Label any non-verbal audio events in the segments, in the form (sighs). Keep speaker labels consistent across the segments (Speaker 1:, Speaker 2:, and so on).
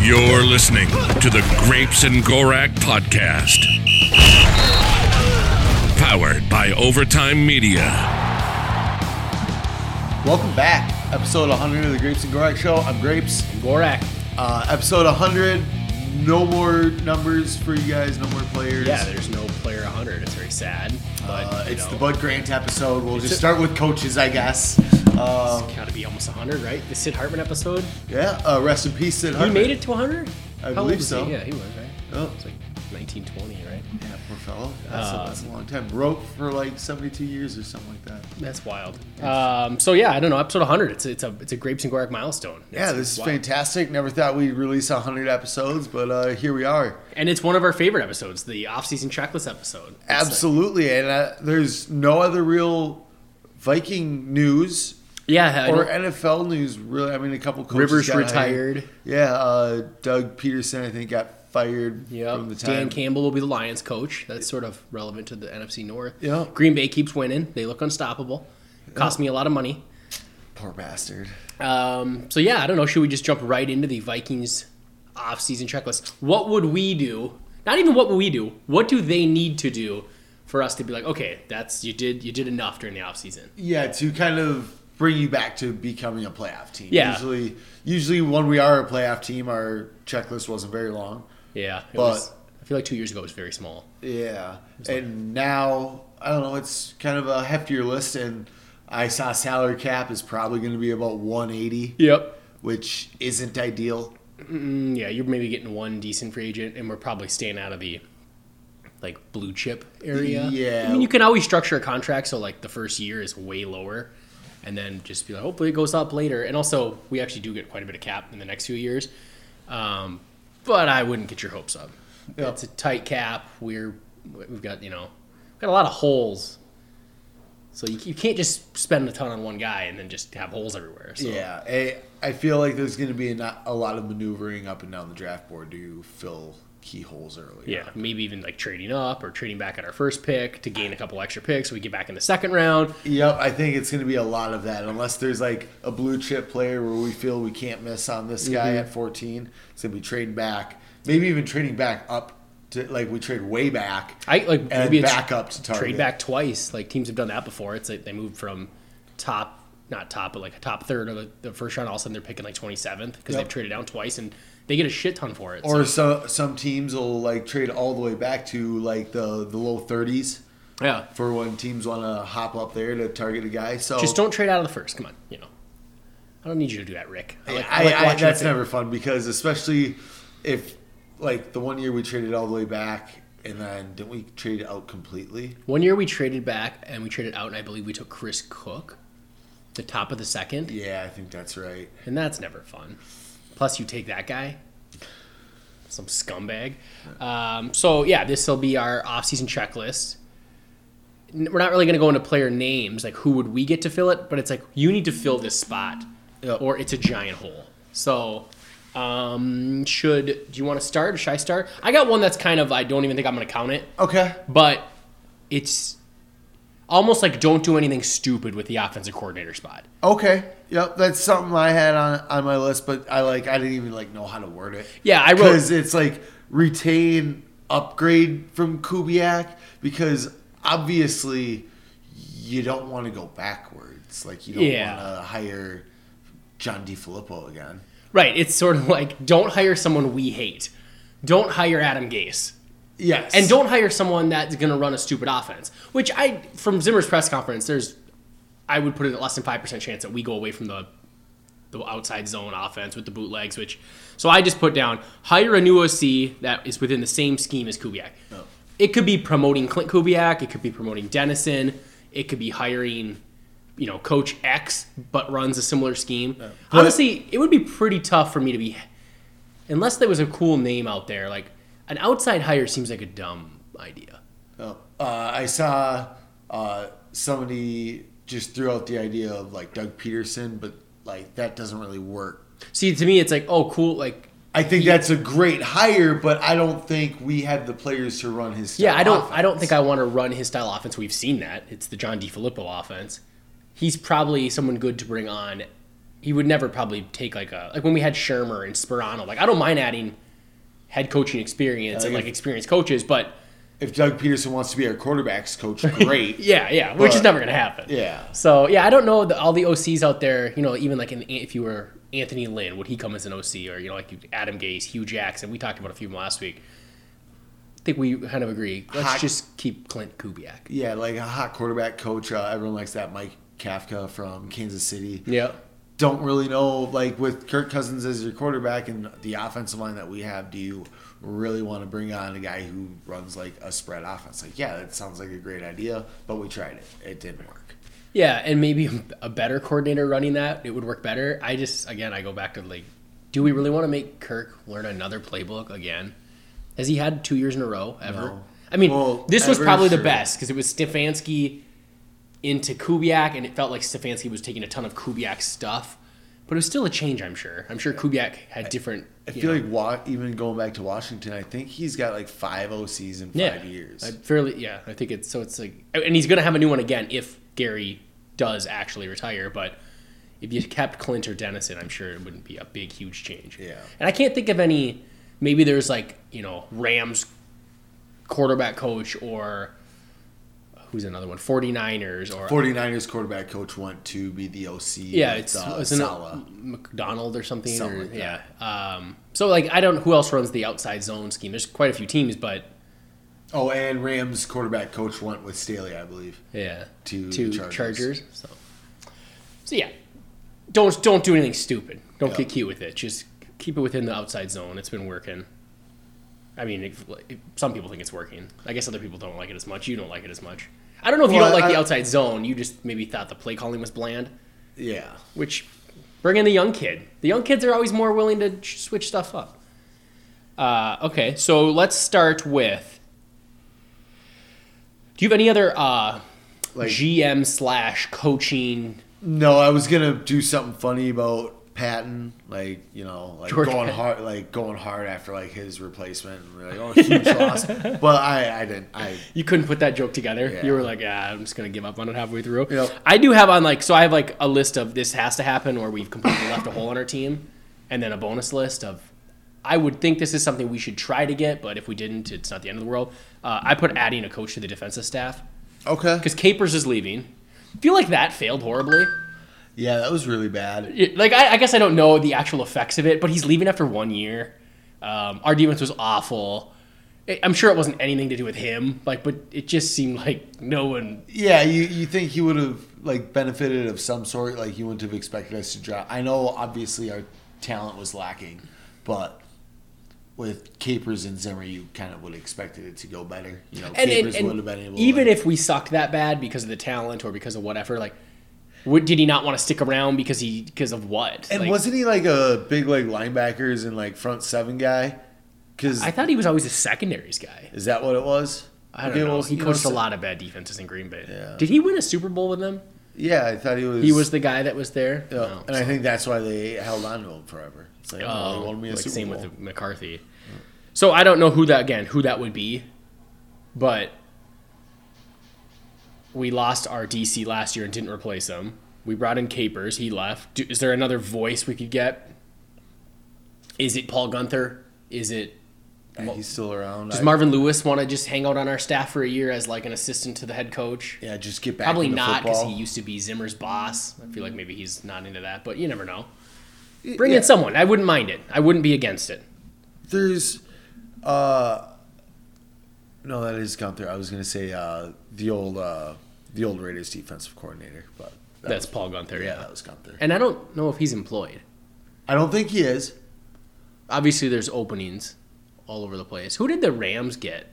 Speaker 1: You're listening to the Grapes and Gorak podcast, powered by Overtime Media.
Speaker 2: Welcome back, episode 100 of the Grapes and Gorak Show. I'm Grapes.
Speaker 3: Gorak.
Speaker 2: Uh, episode 100, no more numbers for you guys, no more players.
Speaker 3: Yeah, there's no player 100. It's very sad. But
Speaker 2: uh,
Speaker 3: you
Speaker 2: it's
Speaker 3: know,
Speaker 2: the Bud Grant episode. We'll just
Speaker 3: a-
Speaker 2: start with coaches, I guess. Uh,
Speaker 3: It's got to be almost 100, right? The Sid Hartman episode.
Speaker 2: yeah, uh, rest in peace, Sid Hartman.
Speaker 3: He made it to 100.
Speaker 2: I
Speaker 3: old
Speaker 2: believe
Speaker 3: was
Speaker 2: so.
Speaker 3: He? Yeah, he was right.
Speaker 2: Oh,
Speaker 3: It's like 1920, right?
Speaker 2: yeah, poor fellow. That's, a, that's a long time. Broke for like 72 years or something like that.
Speaker 3: Uh, That's wild. Um, so yeah, I don't know. Episode 100. It's it's a it's a grapes and gorak milestone.
Speaker 2: Yeah,
Speaker 3: It's-
Speaker 2: this is
Speaker 3: wow.
Speaker 2: fantastic. Never thought we'd release 100 episodes, but uh, here we are.
Speaker 3: And it's one of our favorite episodes, the off-season checklist episode. It's
Speaker 2: Absolutely. And uh, there's no other real Viking news
Speaker 3: like- yeah. I
Speaker 2: or
Speaker 3: don't-
Speaker 2: NFL news, really. I mean, a couple coaches
Speaker 3: Rivers
Speaker 2: got
Speaker 3: retired.
Speaker 2: hired. Yeah, uh, Doug Peterson, I think, got fired
Speaker 3: Yeah.
Speaker 2: from the time.
Speaker 3: Dan Campbell will be the Lions coach. That's sort of relevant to the NFC North.
Speaker 2: Yeah.
Speaker 3: Green Bay keeps winning. They look unstoppable. Cost me a lot of money.
Speaker 2: Poor bastard.
Speaker 3: Um, so yeah, I don't know. Should we just jump right into the Vikings off-season checklist? What would we do? Not even what would we do. What do they need to do for us to be like, okay, that's you did you did enough during the offseason?
Speaker 2: Yeah, to kind of bring you back to becoming a playoff team.
Speaker 3: Yeah.
Speaker 2: Usually, usually when we are a playoff team, our checklist wasn't very long.
Speaker 3: Yeah, it
Speaker 2: But-
Speaker 3: was, I feel like two years ago it was very small.
Speaker 2: Yeah. And now, I don't know, it's kind of a heftier list, and I saw salary cap is probably going to be about 180,
Speaker 3: Yep.
Speaker 2: which isn't ideal.
Speaker 3: Yeah, you're maybe getting one decent free agent, and we're probably staying out of the like blue chip area.
Speaker 2: Yeah.
Speaker 3: I mean, you can always structure a contract so like the first year is way lower, and then just be like, hopefully it goes up later. And also, we actually do get quite a bit of cap in the next few years, um, but I wouldn't get your hopes up.
Speaker 2: Yeah.
Speaker 3: It's a tight cap. We're we've got you know we've got a lot of holes. So you, you can't just spend a ton on one guy and then just have holes everywhere. So.
Speaker 2: Yeah, I, I feel like there's going to be a, not, a lot of maneuvering up and down the draft board to fill keyholes early.
Speaker 3: Yeah,
Speaker 2: on.
Speaker 3: Um, maybe even like trading up or trading back at our first pick to gain a couple extra picks. So we get back in the second round.
Speaker 2: Yep, I think it's going to be a lot of that unless there's like a blue chip player where we feel we can't miss on this guy
Speaker 3: Mm-hmm.
Speaker 2: at 14. It's going to be trading back, maybe even trading back up to like we trade way back
Speaker 3: I like
Speaker 2: and
Speaker 3: maybe it's
Speaker 2: back up to target.
Speaker 3: trade back twice. Like teams have done that before. It's like they moved from top, not top, but like a top third of the, the first round. All of a sudden they're picking like twenty seventh because
Speaker 2: Yep.
Speaker 3: they've traded down twice and they get a shit ton for it.
Speaker 2: Or some some teams will like trade all the way back to like the the low 30s
Speaker 3: So, yeah,
Speaker 2: for when teams want to hop up there to target a guy. So
Speaker 3: just don't trade out of the first. Come on, you know. I don't need you to do that, Rick. I like, I,
Speaker 2: I,
Speaker 3: like
Speaker 2: I,
Speaker 3: watching
Speaker 2: that's
Speaker 3: it.
Speaker 2: never fun because especially if like the one year we traded all the way back and then didn't we trade out completely?
Speaker 3: One year we traded back and we traded out, and I believe we took Chris Cook, the top of the second.
Speaker 2: Yeah, I think that's right.
Speaker 3: And that's never fun. Plus, you take that guy, some scumbag. Um, so, yeah, this will be our off-season checklist. N- We're not really going to go into player names, like who would we get to fill it, but it's like you need to fill this spot,
Speaker 2: Yep.
Speaker 3: or it's a giant hole. So, um, should do you want to start? Or should I start? I got one that's kind of I don't even think I'm going to count it,
Speaker 2: Okay.
Speaker 3: but it's almost like don't do anything stupid with the offensive coordinator spot.
Speaker 2: Okay. Yep, that's something I had on on my list, but I like I didn't even like know how to word it.
Speaker 3: Yeah,
Speaker 2: (laughs)
Speaker 3: I wrote
Speaker 2: because it's like retain upgrade from Kubiak because obviously you don't want to go backwards. Like you don't
Speaker 3: Yeah.
Speaker 2: want to hire John D. Filippo again.
Speaker 3: Right. It's sort of like don't hire someone we hate. Don't hire Adam Gase.
Speaker 2: Yes,
Speaker 3: And don't hire someone that's going to run a stupid offense. Which I, from Zimmer's press conference, there's, I would put it at less than 5% chance that we go away from the, the outside zone offense with the bootlegs, which, so I just put down hire a new OC that is within the same scheme as Kubiak. It could be promoting Clint Kubiak. It could be promoting Dennison. It could be hiring, you know, Coach X, but runs a similar scheme. Honestly, it would be pretty tough for me to be, unless there was a cool name out there. Like an outside hire seems like a dumb idea.
Speaker 2: Uh, I saw uh, somebody just threw out the idea of like Doug Peterson, but like that doesn't really work.
Speaker 3: See, to me, it's like, oh, cool. Like,
Speaker 2: I think that's a great hire, but I don't think we have the players to run his.
Speaker 3: yeah,
Speaker 2: style
Speaker 3: I don't, I
Speaker 2: offense.
Speaker 3: don't think I want to run his style offense. We've seen that. It's the John D. Filippo offense. He's probably someone good to bring on he would never probably take like a like when we had Shermer and Sperano. Like I don't mind adding head coaching experience and
Speaker 2: like
Speaker 3: like experienced coaches, but
Speaker 2: If Doug Peterson wants to be our quarterbacks
Speaker 3: (laughs)
Speaker 2: coach, great.
Speaker 3: yeah, yeah, which is
Speaker 2: But-
Speaker 3: never gonna happen.
Speaker 2: Yeah.
Speaker 3: So yeah, I don't know the, all the OCs out there. You know, even like in, if you were Anthony Lynn, would he come as an OC or you know like you- Adam Gase, Hugh Jackson? We talked about a few last week. I think we kind of agree. Let's
Speaker 2: Hot-
Speaker 3: just keep Clint Kubiak.
Speaker 2: Yeah, like a hot quarterback coach. Uh, everyone likes that Mike Kafka from Kansas City.
Speaker 3: Yeah.
Speaker 2: Don't really know, like with Kirk Cousins as your quarterback and the offensive line that we have, do you really want to bring on a guy who runs like a spread offense? Like, yeah, that sounds like a great idea, but we tried it. It didn't work.
Speaker 3: Yeah, and maybe a better coordinator running that it would work better. I just again I go back to like, do we really want to make Kirk learn another playbook again? Has he had two years in a row ever?
Speaker 2: No.
Speaker 3: I mean,
Speaker 2: Well,
Speaker 3: this was
Speaker 2: ever,
Speaker 3: probably the
Speaker 2: sure.
Speaker 3: best because it was Stefanski into Kubiak, and it felt like Stefanski was taking a ton of Kubiak stuff, but it was still a change. I'm sure. I'm sure Kubiak had different.
Speaker 2: I
Speaker 3: you
Speaker 2: feel
Speaker 3: know-
Speaker 2: like wa- even going back to Washington, I think he's got like five OCs in five
Speaker 3: yeah,
Speaker 2: years.
Speaker 3: I fairly yeah. I think it's so it's like, and he's gonna have a new one again if Gary does actually retire. But if you kept Clint or Dennison, I'm sure it wouldn't be a big huge change.
Speaker 2: Yeah.
Speaker 3: and I can't think of any. Maybe there's like you know Rams quarterback coach or who's another one 49ers or
Speaker 2: 49ers quarterback coach want to be the OC.
Speaker 3: yeah
Speaker 2: with,
Speaker 3: it's
Speaker 2: uh,
Speaker 3: isn't
Speaker 2: Saleh.
Speaker 3: it McDonald or something,
Speaker 2: Something
Speaker 3: or-
Speaker 2: like
Speaker 3: yeah
Speaker 2: that.
Speaker 3: um, so like I don't know who else runs the outside zone scheme there's quite a few teams but
Speaker 2: Oh, and Rams quarterback coach went with Staley, I believe.
Speaker 3: Yeah.
Speaker 2: To
Speaker 3: two
Speaker 2: Chargers.
Speaker 3: Chargers. So. so yeah, don't don't do anything stupid. Don't
Speaker 2: Yeah.
Speaker 3: get cute with it. Just keep it within the outside zone. It's been working. I mean, if, if- some people think it's working. I guess other people don't like it as much. You don't like it as much. I don't know if you
Speaker 2: Well,
Speaker 3: don't like
Speaker 2: I-
Speaker 3: the outside zone. You just maybe thought the play calling was bland.
Speaker 2: Yeah.
Speaker 3: Which bring in the young kid. The young kids are always more willing to ch- switch stuff up. Uh, okay, so let's start with. Do you have any other uh,
Speaker 2: Like
Speaker 3: GM slash coaching.
Speaker 2: no, I was gonna do something funny about Patton, like you know, like
Speaker 3: George
Speaker 2: going
Speaker 3: Patton.
Speaker 2: hard, like going hard after like his replacement. And we're like, oh,
Speaker 3: (laughs)
Speaker 2: huge loss. But I, I didn't. I
Speaker 3: You couldn't put that joke together.
Speaker 2: Yeah.
Speaker 3: You were like, ah, I'm just gonna give up on it halfway through.
Speaker 2: Yep.
Speaker 3: I do have on like so I have like a list of this has to happen or we've completely left a hole in our team, and then a bonus list of I would think this is something we should try to get, but if we didn't, it's not the end of the world. Uh, I put adding a coach to the defensive staff
Speaker 2: okay.
Speaker 3: because Capers is leaving. I feel like that failed horribly.
Speaker 2: Yeah, that was really bad.
Speaker 3: Yeah, like I, I guess I don't know the actual effects of it, but he's leaving after one year. Um, our defense was awful. I- I'm sure it wasn't anything to do with him, like, but it just seemed like no one.
Speaker 2: Yeah, you you think he would have like benefited of some sort? Like he wouldn't have expected us to drop. I know, obviously, our talent was lacking, but. With Capers and Zimmer, you kind of would have expected it to go better. You know,
Speaker 3: And,
Speaker 2: Capers
Speaker 3: and,
Speaker 2: would
Speaker 3: and
Speaker 2: have been able. to,
Speaker 3: even
Speaker 2: like-
Speaker 3: if we sucked that bad because of the talent or because of whatever, like, what, did he not want to stick around because he because of what?
Speaker 2: And
Speaker 3: Like,
Speaker 2: wasn't he like a big like linebackers and like front seven guy? Because
Speaker 3: I thought he was always a secondaries guy.
Speaker 2: is that what it was?
Speaker 3: I don't
Speaker 2: Okay,
Speaker 3: know.
Speaker 2: well,
Speaker 3: he
Speaker 2: you
Speaker 3: coached
Speaker 2: know,
Speaker 3: a lot of bad defenses in Green Bay.
Speaker 2: Yeah.
Speaker 3: Did he win a Super Bowl with them?
Speaker 2: Yeah, I thought he was.
Speaker 3: He was the guy that was there.
Speaker 2: yeah,
Speaker 3: No.
Speaker 2: and I think that's why they held on to him forever. It's like, oh,
Speaker 3: Oh,
Speaker 2: he won me a
Speaker 3: like
Speaker 2: Super
Speaker 3: same
Speaker 2: Bowl.
Speaker 3: with McCarthy. So I don't know who that again, who that would be, but we lost our DC last year and didn't replace him. We brought in Capers. He left. Do, is there another voice we could get? Is it Paul Gunther? Is it
Speaker 2: Yeah, he's still around.
Speaker 3: does
Speaker 2: I-
Speaker 3: Marvin Lewis want to just hang out on our staff for a year as like an assistant to the head coach?
Speaker 2: yeah, just get back.
Speaker 3: Probably
Speaker 2: into
Speaker 3: not because
Speaker 2: football.
Speaker 3: he used to be Zimmer's boss. I feel like maybe he's not into that, but you never know.
Speaker 2: Y-
Speaker 3: Bring
Speaker 2: yeah,
Speaker 3: in someone. I wouldn't mind it. I wouldn't be against it.
Speaker 2: There's, uh, no, that is Gunther. I was gonna say uh, the old uh, the old Raiders defensive coordinator, but that
Speaker 3: That's
Speaker 2: was-
Speaker 3: Paul Gunther,
Speaker 2: Yeah,
Speaker 3: yeah.
Speaker 2: that was Gunther.
Speaker 3: And I don't know if he's employed.
Speaker 2: I don't think he is.
Speaker 3: Obviously, there's openings all over the place. Who did the Rams get?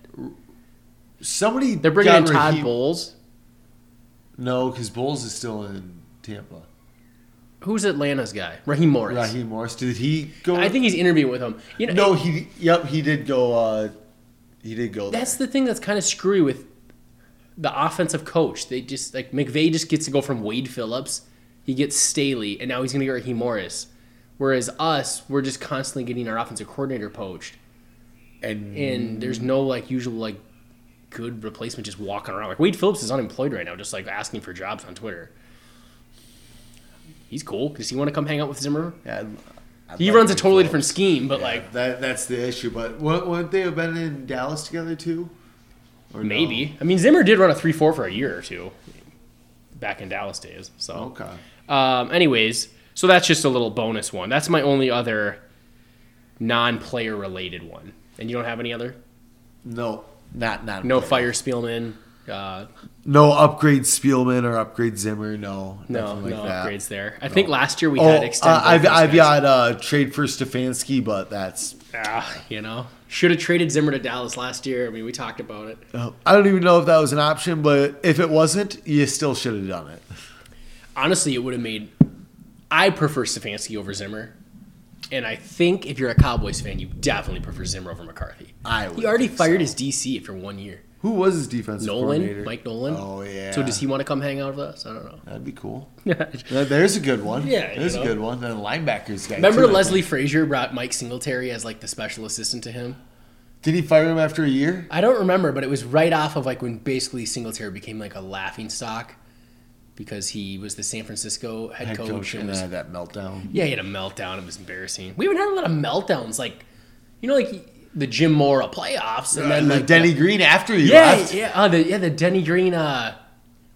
Speaker 2: Somebody
Speaker 3: They're bringing
Speaker 2: got
Speaker 3: in Todd
Speaker 2: Raheem-
Speaker 3: Bowles.
Speaker 2: No, because Bulls is still in Tampa.
Speaker 3: Who's Atlanta's guy? Raheem Morris.
Speaker 2: Raheem Morris, did he go?
Speaker 3: I think he's interviewing with him. You know,
Speaker 2: no. He yep, he did go. uh He did go. there.
Speaker 3: that's the thing that's kind of screwy with the offensive coach. They just like McVay just gets to go from Wade Phillips, he gets Staley, and now he's going to get Raheem Morris. Whereas us, we're just constantly getting our offensive coordinator poached,
Speaker 2: and
Speaker 3: and there's no like usual like good replacement just walking around. Like Wade Phillips is unemployed right now, just like asking for jobs on Twitter. he's cool. Does he want to come hang out with Zimmer?
Speaker 2: Yeah, I'd- I'd
Speaker 3: He
Speaker 2: love
Speaker 3: runs a
Speaker 2: Nick
Speaker 3: totally
Speaker 2: Foles.
Speaker 3: different scheme, but
Speaker 2: Yeah,
Speaker 3: like
Speaker 2: that, that's the issue. But wou- wouldn't they have been in Dallas together too? Or no?
Speaker 3: maybe. I mean, Zimmer did run a three four for a year or two back in Dallas days. So
Speaker 2: Okay.
Speaker 3: Um, anyways, so that's just a little bonus one. That's my only other non-player related one. And you don't have any other?
Speaker 2: No, not not
Speaker 3: No fire Spielman. Uh,
Speaker 2: No upgrade Spielman or upgrade Zimmer. No,
Speaker 3: no,
Speaker 2: nothing like
Speaker 3: no
Speaker 2: that.
Speaker 3: upgrades there. I think last year we
Speaker 2: Oh,
Speaker 3: had
Speaker 2: uh,
Speaker 3: extended.
Speaker 2: I've
Speaker 3: those
Speaker 2: I've
Speaker 3: guys.
Speaker 2: got uh, trade for Stefanski, but that's
Speaker 3: Ah, you know, should have traded Zimmer to Dallas last year. I mean, we talked about it.
Speaker 2: uh, I don't even know if that was an option. But if it wasn't, you still should have done it.
Speaker 3: Honestly, it would have made. I prefer Stefanski over Zimmer, and I think if you're a Cowboys fan, you definitely prefer Zimmer over McCarthy.
Speaker 2: I would
Speaker 3: he already
Speaker 2: think
Speaker 3: fired his DC after one year.
Speaker 2: Who was his defensive coordinator?
Speaker 3: Nolan, Mike Nolan.
Speaker 2: Oh yeah.
Speaker 3: So does he want to come hang out with us? I don't know.
Speaker 2: That'd be cool. (laughs) Now, There's a good one.
Speaker 3: Yeah, you
Speaker 2: there's
Speaker 3: know.
Speaker 2: a good one. Then linebackers guy.
Speaker 3: Remember
Speaker 2: too, I
Speaker 3: Leslie Frazier brought Mike Singletary as like the special assistant to him?
Speaker 2: think. Did he fire him after a year?
Speaker 3: I don't remember, but it was right off of like when basically Singletary became like a laughing stock because he was the San Francisco head,
Speaker 2: Head
Speaker 3: coach,
Speaker 2: coach
Speaker 3: and
Speaker 2: and
Speaker 3: was,
Speaker 2: uh, that meltdown.
Speaker 3: yeah, he had a meltdown. It was embarrassing. We haven't had a lot of meltdowns, like you know, like the Jim Mora playoffs, and then
Speaker 2: And
Speaker 3: like
Speaker 2: like Uh, Denny Green after he
Speaker 3: the, yeah,
Speaker 2: left.
Speaker 3: yeah, oh, the, yeah, the Denny Green. Uh,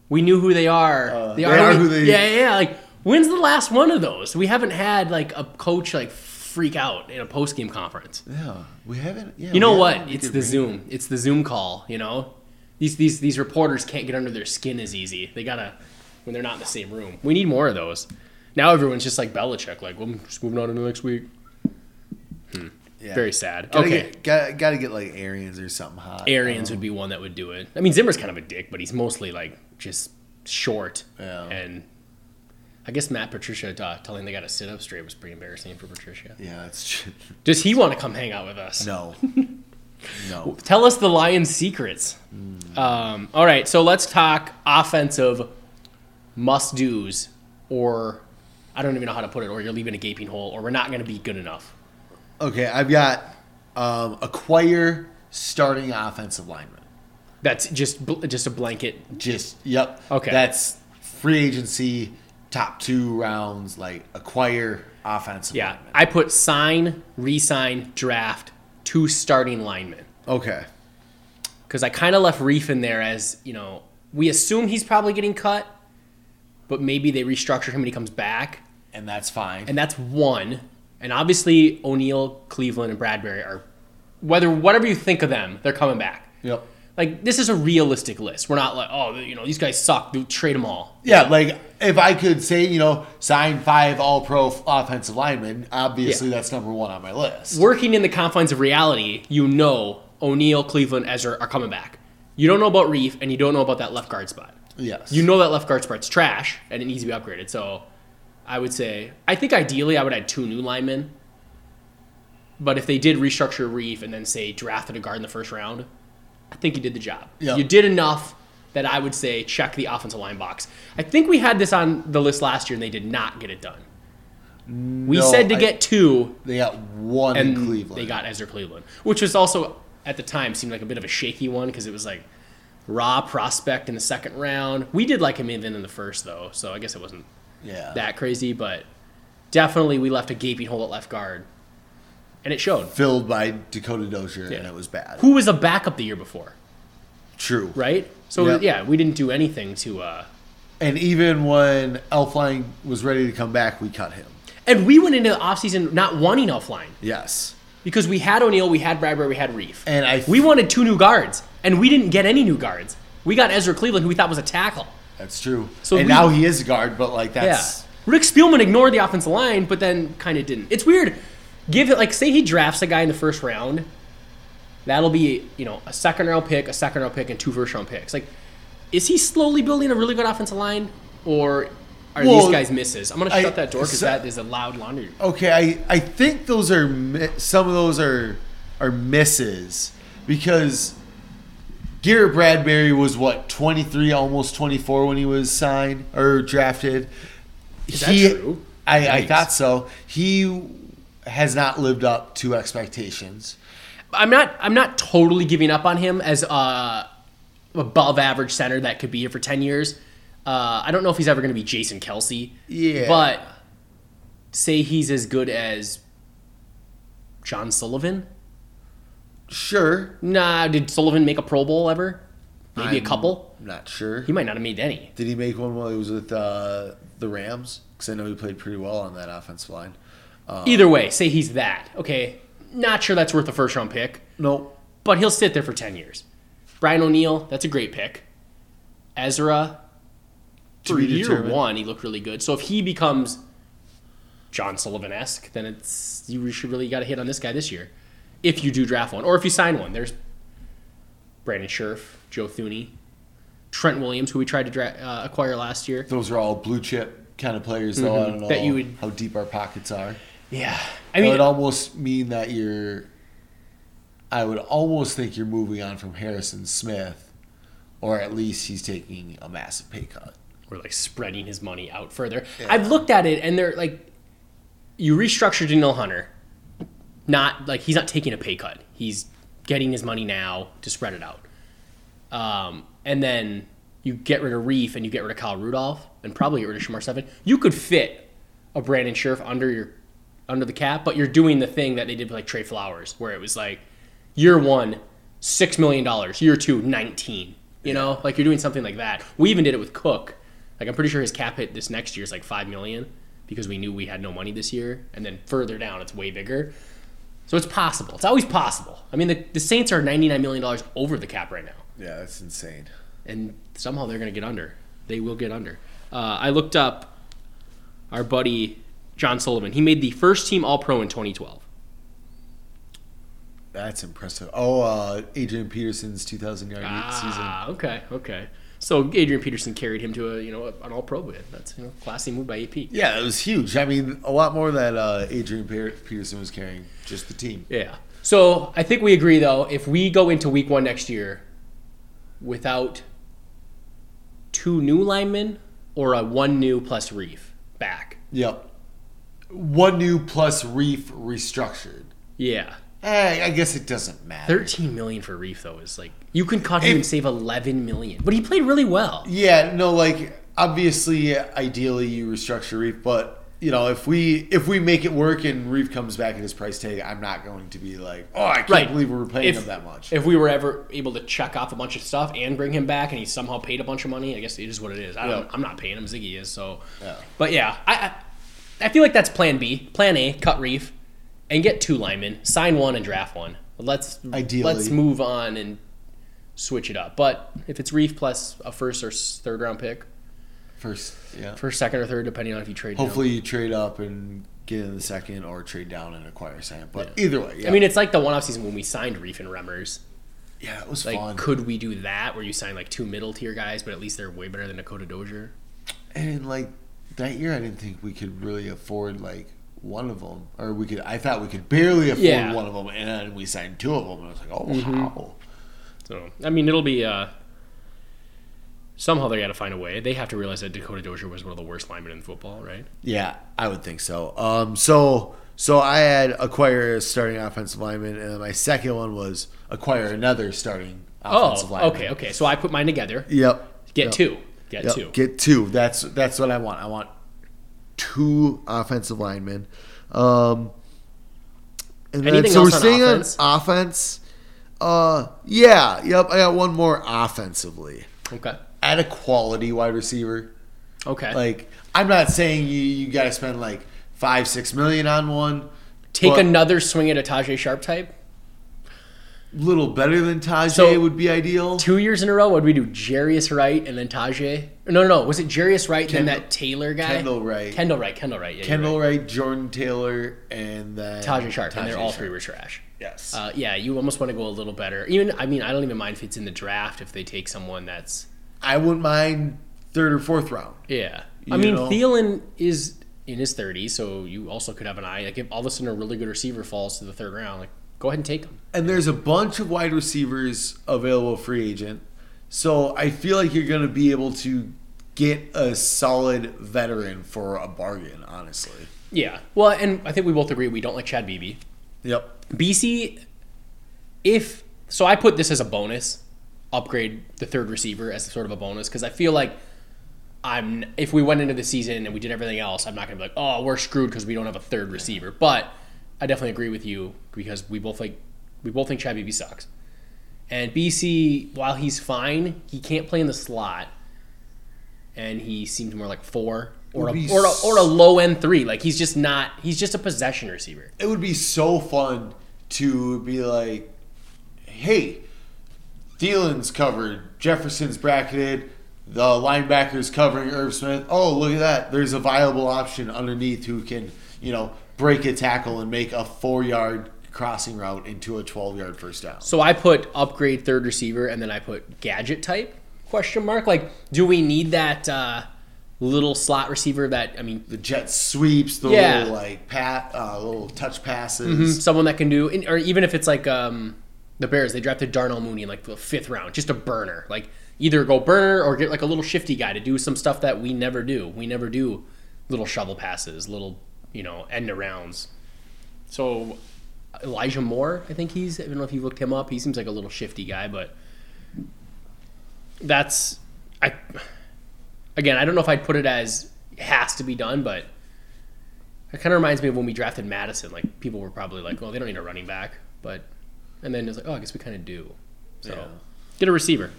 Speaker 3: we knew who they are.
Speaker 2: Uh, they are who they-
Speaker 3: Yeah, yeah, yeah. Like when's the last one of those? We haven't had like a coach like freak out in a post game conference.
Speaker 2: Yeah, we haven't. Yeah,
Speaker 3: You know
Speaker 2: we
Speaker 3: what?
Speaker 2: haven't. We
Speaker 3: It's
Speaker 2: could
Speaker 3: the
Speaker 2: bring-
Speaker 3: Zoom. It's the Zoom call. You know, these these these reporters can't get under their skin as easy. They gotta when they're not in the same room. We need more of those. Now everyone's just like Belichick, like well, I'm just moving on to the next week.
Speaker 2: Yeah.
Speaker 3: Very sad.
Speaker 2: Gotta
Speaker 3: okay,
Speaker 2: Get, gotta, gotta get like Arians or something hot.
Speaker 3: Arians would be one that would do it. I mean, Zimmer's kind of a dick, but he's mostly like just short.
Speaker 2: Yeah.
Speaker 3: And I guess Matt Patricia uh, telling the guy to sit up straight was pretty embarrassing for Patricia.
Speaker 2: Yeah, that's true. (laughs)
Speaker 3: Does he want to come hang out with us? (laughs)
Speaker 2: No. no.
Speaker 3: Tell us the Lions' secrets. Um, all right, so let's talk offensive must dos, or I don't even know how to put it, or you're leaving a gaping hole, or we're not going to be good enough.
Speaker 2: Okay, I've got um, acquire starting offensive lineman.
Speaker 3: That's just bl- just a blanket.
Speaker 2: Just yep.
Speaker 3: Okay.
Speaker 2: That's free agency, top two rounds, like acquire offensive
Speaker 3: Yeah,
Speaker 2: lineman.
Speaker 3: I put sign, re-sign, draft, two starting linemen
Speaker 2: Okay.
Speaker 3: because I kind of left Reef in there as you know we assume he's probably getting cut, but maybe they restructure him and he comes back.
Speaker 2: And that's fine.
Speaker 3: and that's one. And obviously, O'Neal, Cleveland, and Bradbury are whether whatever you think of them, they're coming back.
Speaker 2: yep.
Speaker 3: Like this is a realistic list. We're not like, oh, you know, these guys suck. Dude, trade them all.
Speaker 2: Yeah, like if I could say, you know, sign five all pro offensive linemen, obviously that's number one on my list.
Speaker 3: Working in the confines of reality, you know O'Neal, Cleveland, Ezra are coming back. You don't know about Reef, and you don't know about that left guard spot.
Speaker 2: Yes.
Speaker 3: You know that left guard spot's trash, and it needs to be upgraded. So, I would say, I think ideally, I would add two new linemen. But if they did restructure Reef and then say drafted a guard in the first round, I think you did the job.
Speaker 2: Yeah.
Speaker 3: You did enough that I would say check the offensive line box. I think we had this on the list last year, and they did not get it done. We
Speaker 2: No,
Speaker 3: said to
Speaker 2: I-
Speaker 3: get two,
Speaker 2: They got one
Speaker 3: and
Speaker 2: in Cleveland.
Speaker 3: they got Ezra Cleveland, which was also at the time seemed like a bit of a shaky one because it was like raw prospect in the second round. We did like him even in the first though, so I guess it wasn't
Speaker 2: yeah.
Speaker 3: that crazy, but definitely we left a gaping hole at left guard, and it showed.
Speaker 2: filled by Dakota Dozier, and
Speaker 3: Yeah.
Speaker 2: it was bad.
Speaker 3: Who was a backup the year before,
Speaker 2: True.
Speaker 3: right? So
Speaker 2: Yep.
Speaker 3: yeah, we didn't do anything to. uh
Speaker 2: And even when Elfline was ready to come back, we cut him.
Speaker 3: And we went into the offseason not wanting offline
Speaker 2: Yes.
Speaker 3: because we had O'Neal, we had Bradbury, we had Reef.
Speaker 2: And I
Speaker 3: we wanted two new guards, and we didn't get any new guards. We got Ezra Cleveland, who we thought was a tackle.
Speaker 2: that's true.
Speaker 3: So
Speaker 2: So and
Speaker 3: we-
Speaker 2: now he is a guard, but like that's
Speaker 3: Yeah. Rick Spielman ignored the offensive line, but then kind of didn't. It's weird. Give it like say he drafts a guy in the first round, that'll be you know a second round pick, a second round pick, and two first round picks. Like, is he slowly building a really good offensive line, or are these
Speaker 2: Well,
Speaker 3: guys misses? I'm gonna
Speaker 2: I-
Speaker 3: shut that door because
Speaker 2: so-
Speaker 3: that is a loud laundry.
Speaker 2: okay. I I think those are mi- some of those are are misses because Garrett Bradbury was what 23, almost 24 when he was signed or drafted. Is
Speaker 3: that true?
Speaker 2: I, I
Speaker 3: Yikes.
Speaker 2: thought so. He has not lived up to expectations.
Speaker 3: I'm not I'm not uh, totally giving up on him as a above average center that could be here for 10 years. Uh, I don't know if he's ever going to be Jason Kelsey.
Speaker 2: Yeah.
Speaker 3: But say he's as good as John Sullivan.
Speaker 2: Sure.
Speaker 3: Nah, did Sullivan make a Pro Bowl ever? Maybe a
Speaker 2: I'm
Speaker 3: couple.
Speaker 2: Not sure.
Speaker 3: He might not have made any.
Speaker 2: Did he make one while he was with uh, the Rams? Because I know he played pretty well on that offensive line. Uh.
Speaker 3: Either way, say he's that. Okay, not sure that's worth a first round pick,
Speaker 2: Nope.
Speaker 3: but he'll sit there for 10 years. Brian O'Neill, that's a great pick. Ezra,
Speaker 2: To
Speaker 3: for
Speaker 2: be
Speaker 3: year
Speaker 2: determined.
Speaker 3: one, he looked really good. So if he becomes John Sullivan esque, then it's you should really got to hit on this guy this year. If you do draft one, or if you sign one, there's Brandon Scherf, Joe Thuney, Trent Williams, who we tried to dra- uh, acquire last year.
Speaker 2: Those are all blue chip kind of players, though. I don't know
Speaker 3: Mm-hmm. That you would-
Speaker 2: how deep our pockets are.
Speaker 3: Yeah,
Speaker 2: I
Speaker 3: I mean,
Speaker 2: would almost mean that you're. I would almost think you're moving on from Harrison Smith, or at least he's taking a massive pay cut.
Speaker 3: we're like spreading his money out further. I've looked at it and they're like, you restructured Daniel Hunter, not like he's not taking a pay cut. He's getting his money now to spread it out. Um, and then you get rid of Reef and you get rid of Kyle Rudolph and probably get rid of Shamar Seven. You could fit a Brandon Scherf under your under the cap, but you're doing the thing that they did with like Trey Flowers, where it was like year one, six million dollars, year two, 19. You know, like you're doing something like that. We even did it with Cook. Like I'm pretty sure his cap hit this next year is like five million because we knew we had no money this year, and then further down it's way bigger. So it's possible. It's always possible. I mean, the, the Saints are 99 million dollars over the cap right now
Speaker 2: Yeah, that's insane.
Speaker 3: and somehow they're going to get under. They will get under. Uh, I looked up our buddy John Sullivan. He made the first team All Pro in 2012.
Speaker 2: That's impressive. Oh, uh, Adrian Peterson's 2,000 yard season.
Speaker 3: Ah, okay, okay. So Adrian Peterson carried him to a you know an All Pro bid. That's you know classy move by AP.
Speaker 2: Yeah, it was huge. I mean, a lot more than uh, Adrian Pe- Peterson was carrying, just the team.
Speaker 3: Yeah. So I think we agree though. If we go into Week One next year without two new linemen or a one new plus Reef back,
Speaker 2: Yep. One new plus Reef restructured.
Speaker 3: yeah,
Speaker 2: Eh, I guess it doesn't matter.
Speaker 3: 13 million for Reef though is like you can cut him and save 11 million. But he played really well.
Speaker 2: Yeah, no, like obviously, ideally you restructure Reef, but you know if we if we make it work and Reef comes back at his price tag, I'm not going to be like, oh, I can't believe we're paying him that much.
Speaker 3: If we were ever able to check off a bunch of stuff and bring him back and he somehow paid a bunch of money, I guess it is what it is. I don't
Speaker 2: Yeah.
Speaker 3: I'm not paying him Ziggy is, so
Speaker 2: Yeah.
Speaker 3: But yeah, I, I I feel like that's plan B. Plan A, cut Reef and get two linemen, sign one and draft one. Let's
Speaker 2: Ideally.
Speaker 3: let's move on and switch it up. But if it's Reef plus a first or s- third round pick,
Speaker 2: First, yeah.
Speaker 3: first, second or third depending on if you trade down.
Speaker 2: Hopefully you trade up and get in the second, or trade down and acquire Sam. But either way, yeah,
Speaker 3: I mean, it's like the one-off season when we signed Reef and Remmers.
Speaker 2: yeah, it was
Speaker 3: Like,
Speaker 2: fun.
Speaker 3: could we do that where you sign like two middle-tier guys, but at least they're way better than Dakota Dozier?
Speaker 2: And like that year, I didn't think we could really afford like one of them, or we could. I thought we could barely afford
Speaker 3: Yeah. Mm-hmm.
Speaker 2: one of them, and then we signed two of them, and I was like, oh wow.
Speaker 3: So, I mean, it'll be uh, somehow they got to find a way. They have to realize that Dakota Dozier was one of the worst linemen in football, right?
Speaker 2: Yeah, I would think so. Um, so so I had acquire a starting offensive lineman, and then my second one was acquire another starting offensive
Speaker 3: oh,
Speaker 2: lineman.
Speaker 3: okay, okay. So I put mine together.
Speaker 2: Yep.
Speaker 3: Get
Speaker 2: Yep.
Speaker 3: two. Get
Speaker 2: Yep,
Speaker 3: two.
Speaker 2: Get two. That's that's what I want. I want two offensive linemen. Um, and then,
Speaker 3: Anything
Speaker 2: so
Speaker 3: else
Speaker 2: we're
Speaker 3: on
Speaker 2: staying
Speaker 3: offense?
Speaker 2: on offense. Uh, yeah. Yep. I got one more offensively.
Speaker 3: okay.
Speaker 2: At a quality wide receiver.
Speaker 3: Okay.
Speaker 2: (laughs) Like I'm not saying you you got to spend like five six million on one.
Speaker 3: Take
Speaker 2: but
Speaker 3: another swing at a Tajay Sharp type.
Speaker 2: little better than Tajay
Speaker 3: So-
Speaker 2: would be ideal.
Speaker 3: Two years in a row, what would we do? Jarius Wright and then Tajay? No, no, no. Was it Jarius Wright and then
Speaker 2: Kendall-
Speaker 3: that Taylor guy?
Speaker 2: Kendall Wright.
Speaker 3: Kendall Wright. Kendall Wright. Yeah, you're
Speaker 2: Kendall Wright, Jordan Taylor, and then
Speaker 3: right. Tajay Sharp. and they're
Speaker 2: Tajay
Speaker 3: all
Speaker 2: Sharp.
Speaker 3: three were trash.
Speaker 2: Yes.
Speaker 3: Uh, yeah, you almost want to go a little better. Even I mean, I don't even mind if it's in the draft if they take someone that's
Speaker 2: I wouldn't mind third or fourth round.
Speaker 3: yeah. I
Speaker 2: You
Speaker 3: mean,
Speaker 2: know.
Speaker 3: Thielen is in his 30s, so you also could have an eye. Like if all of a sudden a really good receiver falls to the third round, like go ahead and take him.
Speaker 2: and there's a bunch of wide receivers available free agent. So I feel like you're going to be able to get a solid veteran for a bargain, honestly.
Speaker 3: Yeah. Well, and I think we both agree we don't like Chad Beebe.
Speaker 2: Yep.
Speaker 3: BC, if so, I put this as a bonus upgrade the third receiver as sort of a bonus because I feel like I'm if we went into the season and we did everything else, I'm not gonna be like, oh, we're screwed because we don't have a third receiver. But I definitely agree with you because we both like we both think Chad BB sucks. And BC, while he's fine, he can't play in the slot, and he seemed more like four or a,
Speaker 2: Would be
Speaker 3: or a,
Speaker 2: s-
Speaker 3: or a low end three. Like he's just not. He's just a possession receiver.
Speaker 2: it would be so fun to be like, hey, Thielen's covered, Jefferson's bracketed, the linebacker's covering Irv Smith. Oh, look at that. There's a viable option underneath who can, you know, break a tackle and make a four yard crossing route into a 12 yard first down.
Speaker 3: So I put upgrade third receiver, and then I put gadget type question mark. Like, do we need that uh, little slot receiver? That I mean,
Speaker 2: The jet sweeps, the
Speaker 3: Yeah.
Speaker 2: little like pat, uh, little touch passes.
Speaker 3: someone that can do, or even if it's like um, the Bears, they drafted Darnell Mooney in like the fifth round, just a burner. Like either go burner or get like a little shifty guy to do some stuff that we never do. We never do little shovel passes, little you know end arounds. So Elijah Moore, I think he's. I don't know if you looked him up. He seems like a little shifty guy, but that's I. Again, I don't know if I'd put it as has to be done, but it kind of reminds me of when we drafted Madison. Like people were probably like, "Well, they don't need a running back," but and then it's like, "Oh, I guess we kind of do." So
Speaker 2: Yeah.
Speaker 3: get a receiver.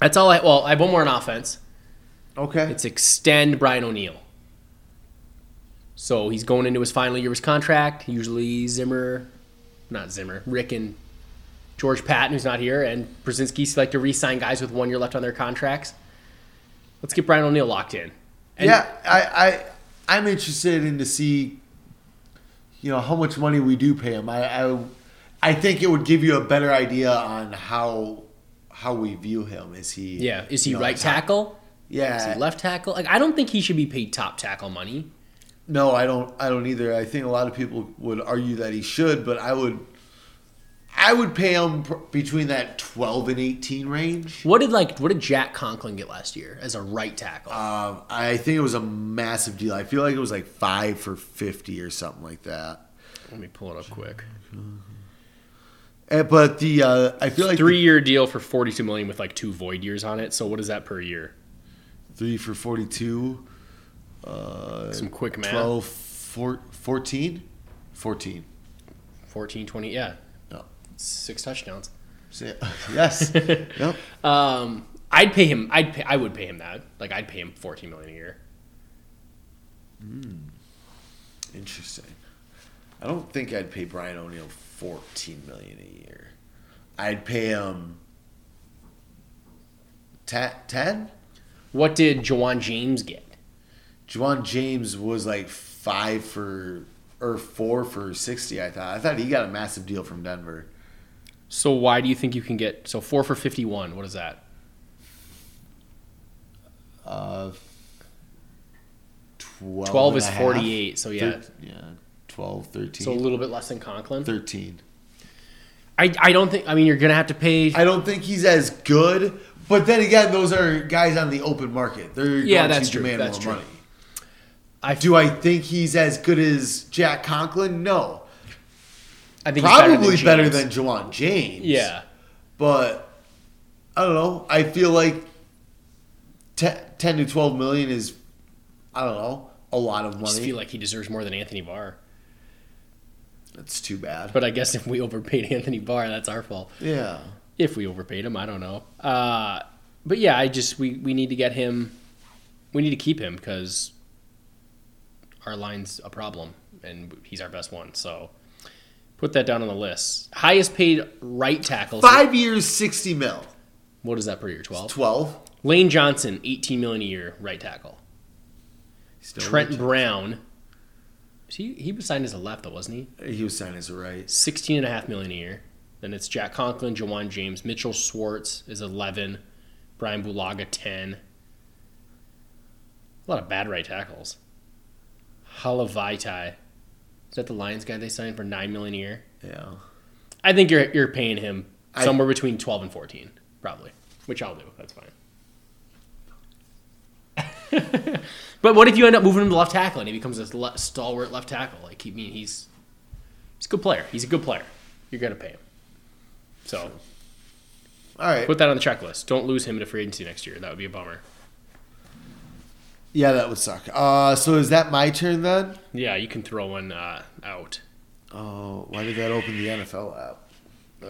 Speaker 3: That's all I. Well, I have one more on offense.
Speaker 2: Okay.
Speaker 3: Mm-hmm. It's extend Brian O'Neill. So he's going into his final year of his contract. Usually Zimmer, not Zimmer, Rick and George Patton, who's not here, and Brzezinski like to re-sign guys with one year left on their contracts. Let's get Brian O'Neill locked in. And
Speaker 2: yeah, I, I I'm interested in to see, you know, how much money we do pay him. I, I I think it would give you a better idea on how how we view him. Is he?
Speaker 3: Yeah, is he
Speaker 2: you know,
Speaker 3: right
Speaker 2: top-
Speaker 3: tackle? Is
Speaker 2: Yeah.
Speaker 3: he left tackle? Like I don't think he should be paid top tackle money.
Speaker 2: No, I don't. I don't either. I think a lot of people would argue that he should, but I would. I would pay him pr- between that twelve and eighteen range.
Speaker 3: What did like what did Jack Conklin get last year as a right tackle?
Speaker 2: Um, I think it was a massive deal. I feel like it was like five for fifty or something like that.
Speaker 3: Let me pull it up quick.
Speaker 2: Eh, But the uh, I feel like the
Speaker 3: Three year deal for forty two million with like two void years on it. So what is that per year?
Speaker 2: three for uh, 42
Speaker 3: Some quick math.
Speaker 2: 12 four, 14 14
Speaker 3: 14, 20, yeah.
Speaker 2: no.
Speaker 3: Six touchdowns.
Speaker 2: Say- (laughs) yes yep
Speaker 3: Um, I'd pay him. I'd pay, I would pay him that. Like I'd pay him fourteen million a year.
Speaker 2: interesting i don't think i'd pay brian o'neill 14 million a year i'd pay him 10
Speaker 3: What did Jawan James get?
Speaker 2: Juwan james was like five for or four for 60 i thought i thought he got a massive deal from denver
Speaker 3: So why do you think you can get so four for fifty one? What is that?
Speaker 2: uh 12,
Speaker 3: 12 is
Speaker 2: and a half.
Speaker 3: 48, so yeah.
Speaker 2: Thir- yeah 12 13
Speaker 3: So a little bit less than Conklin.
Speaker 2: 13.
Speaker 3: I, I don't think. I mean, you're gonna have to pay.
Speaker 2: I don't think he's as good, but then again, those are guys on the open market. They're
Speaker 3: Yeah,
Speaker 2: going
Speaker 3: that's
Speaker 2: to
Speaker 3: true.
Speaker 2: demand
Speaker 3: That's
Speaker 2: more
Speaker 3: true.
Speaker 2: money.
Speaker 3: I
Speaker 2: Do I think he's as good as Jack Conklin? No.
Speaker 3: I think he's
Speaker 2: Probably better
Speaker 3: James.
Speaker 2: than, Jawan James.
Speaker 3: yeah.
Speaker 2: But I don't know. I feel like te- 10 to 12 million is, I don't know, a lot of
Speaker 3: I just
Speaker 2: money.
Speaker 3: feel like he deserves more than Anthony Barr.
Speaker 2: That's too bad.
Speaker 3: But I guess if we (laughs) overpaid Anthony Barr, that's our fault.
Speaker 2: yeah.
Speaker 3: if we overpaid him, I don't know. Uh, but yeah, I just we we need to get him. We need to keep him because our line's a problem, and he's our best one. So put that down on the list. Highest paid right tackle.
Speaker 2: Five years, 60 mil.
Speaker 3: What is that per year? Twelve.
Speaker 2: 12.
Speaker 3: Lane Johnson, eighteen million a year, right tackle.
Speaker 2: Still
Speaker 3: Trent Brown. is He he was signed as a left though, wasn't he?
Speaker 2: He was signed as a right.
Speaker 3: Sixteen and a half million a year. Then it's Jack Conklin, Jawan James, Mitchell Schwartz is eleven, Brian Bulaga ten. A lot of bad right tackles. Halavaitai. Is that the Lions guy they signed for nine million a year?
Speaker 2: Yeah.
Speaker 3: I think you're you're paying him
Speaker 2: I-
Speaker 3: somewhere between twelve and fourteen, probably. Which I'll do. That's fine. but what if you end up moving him to left tackle and he becomes a le- stalwart left tackle? Like, he, I mean, he's he's a good player. He's a good player. You're gonna pay him. So
Speaker 2: All right.
Speaker 3: put that on the checklist. Don't lose him to free agency next year. That would be a bummer.
Speaker 2: Yeah, that would suck. Uh, so is that my turn then?
Speaker 3: Yeah, you can throw one uh, out.
Speaker 2: Oh, why did that open the NFL app?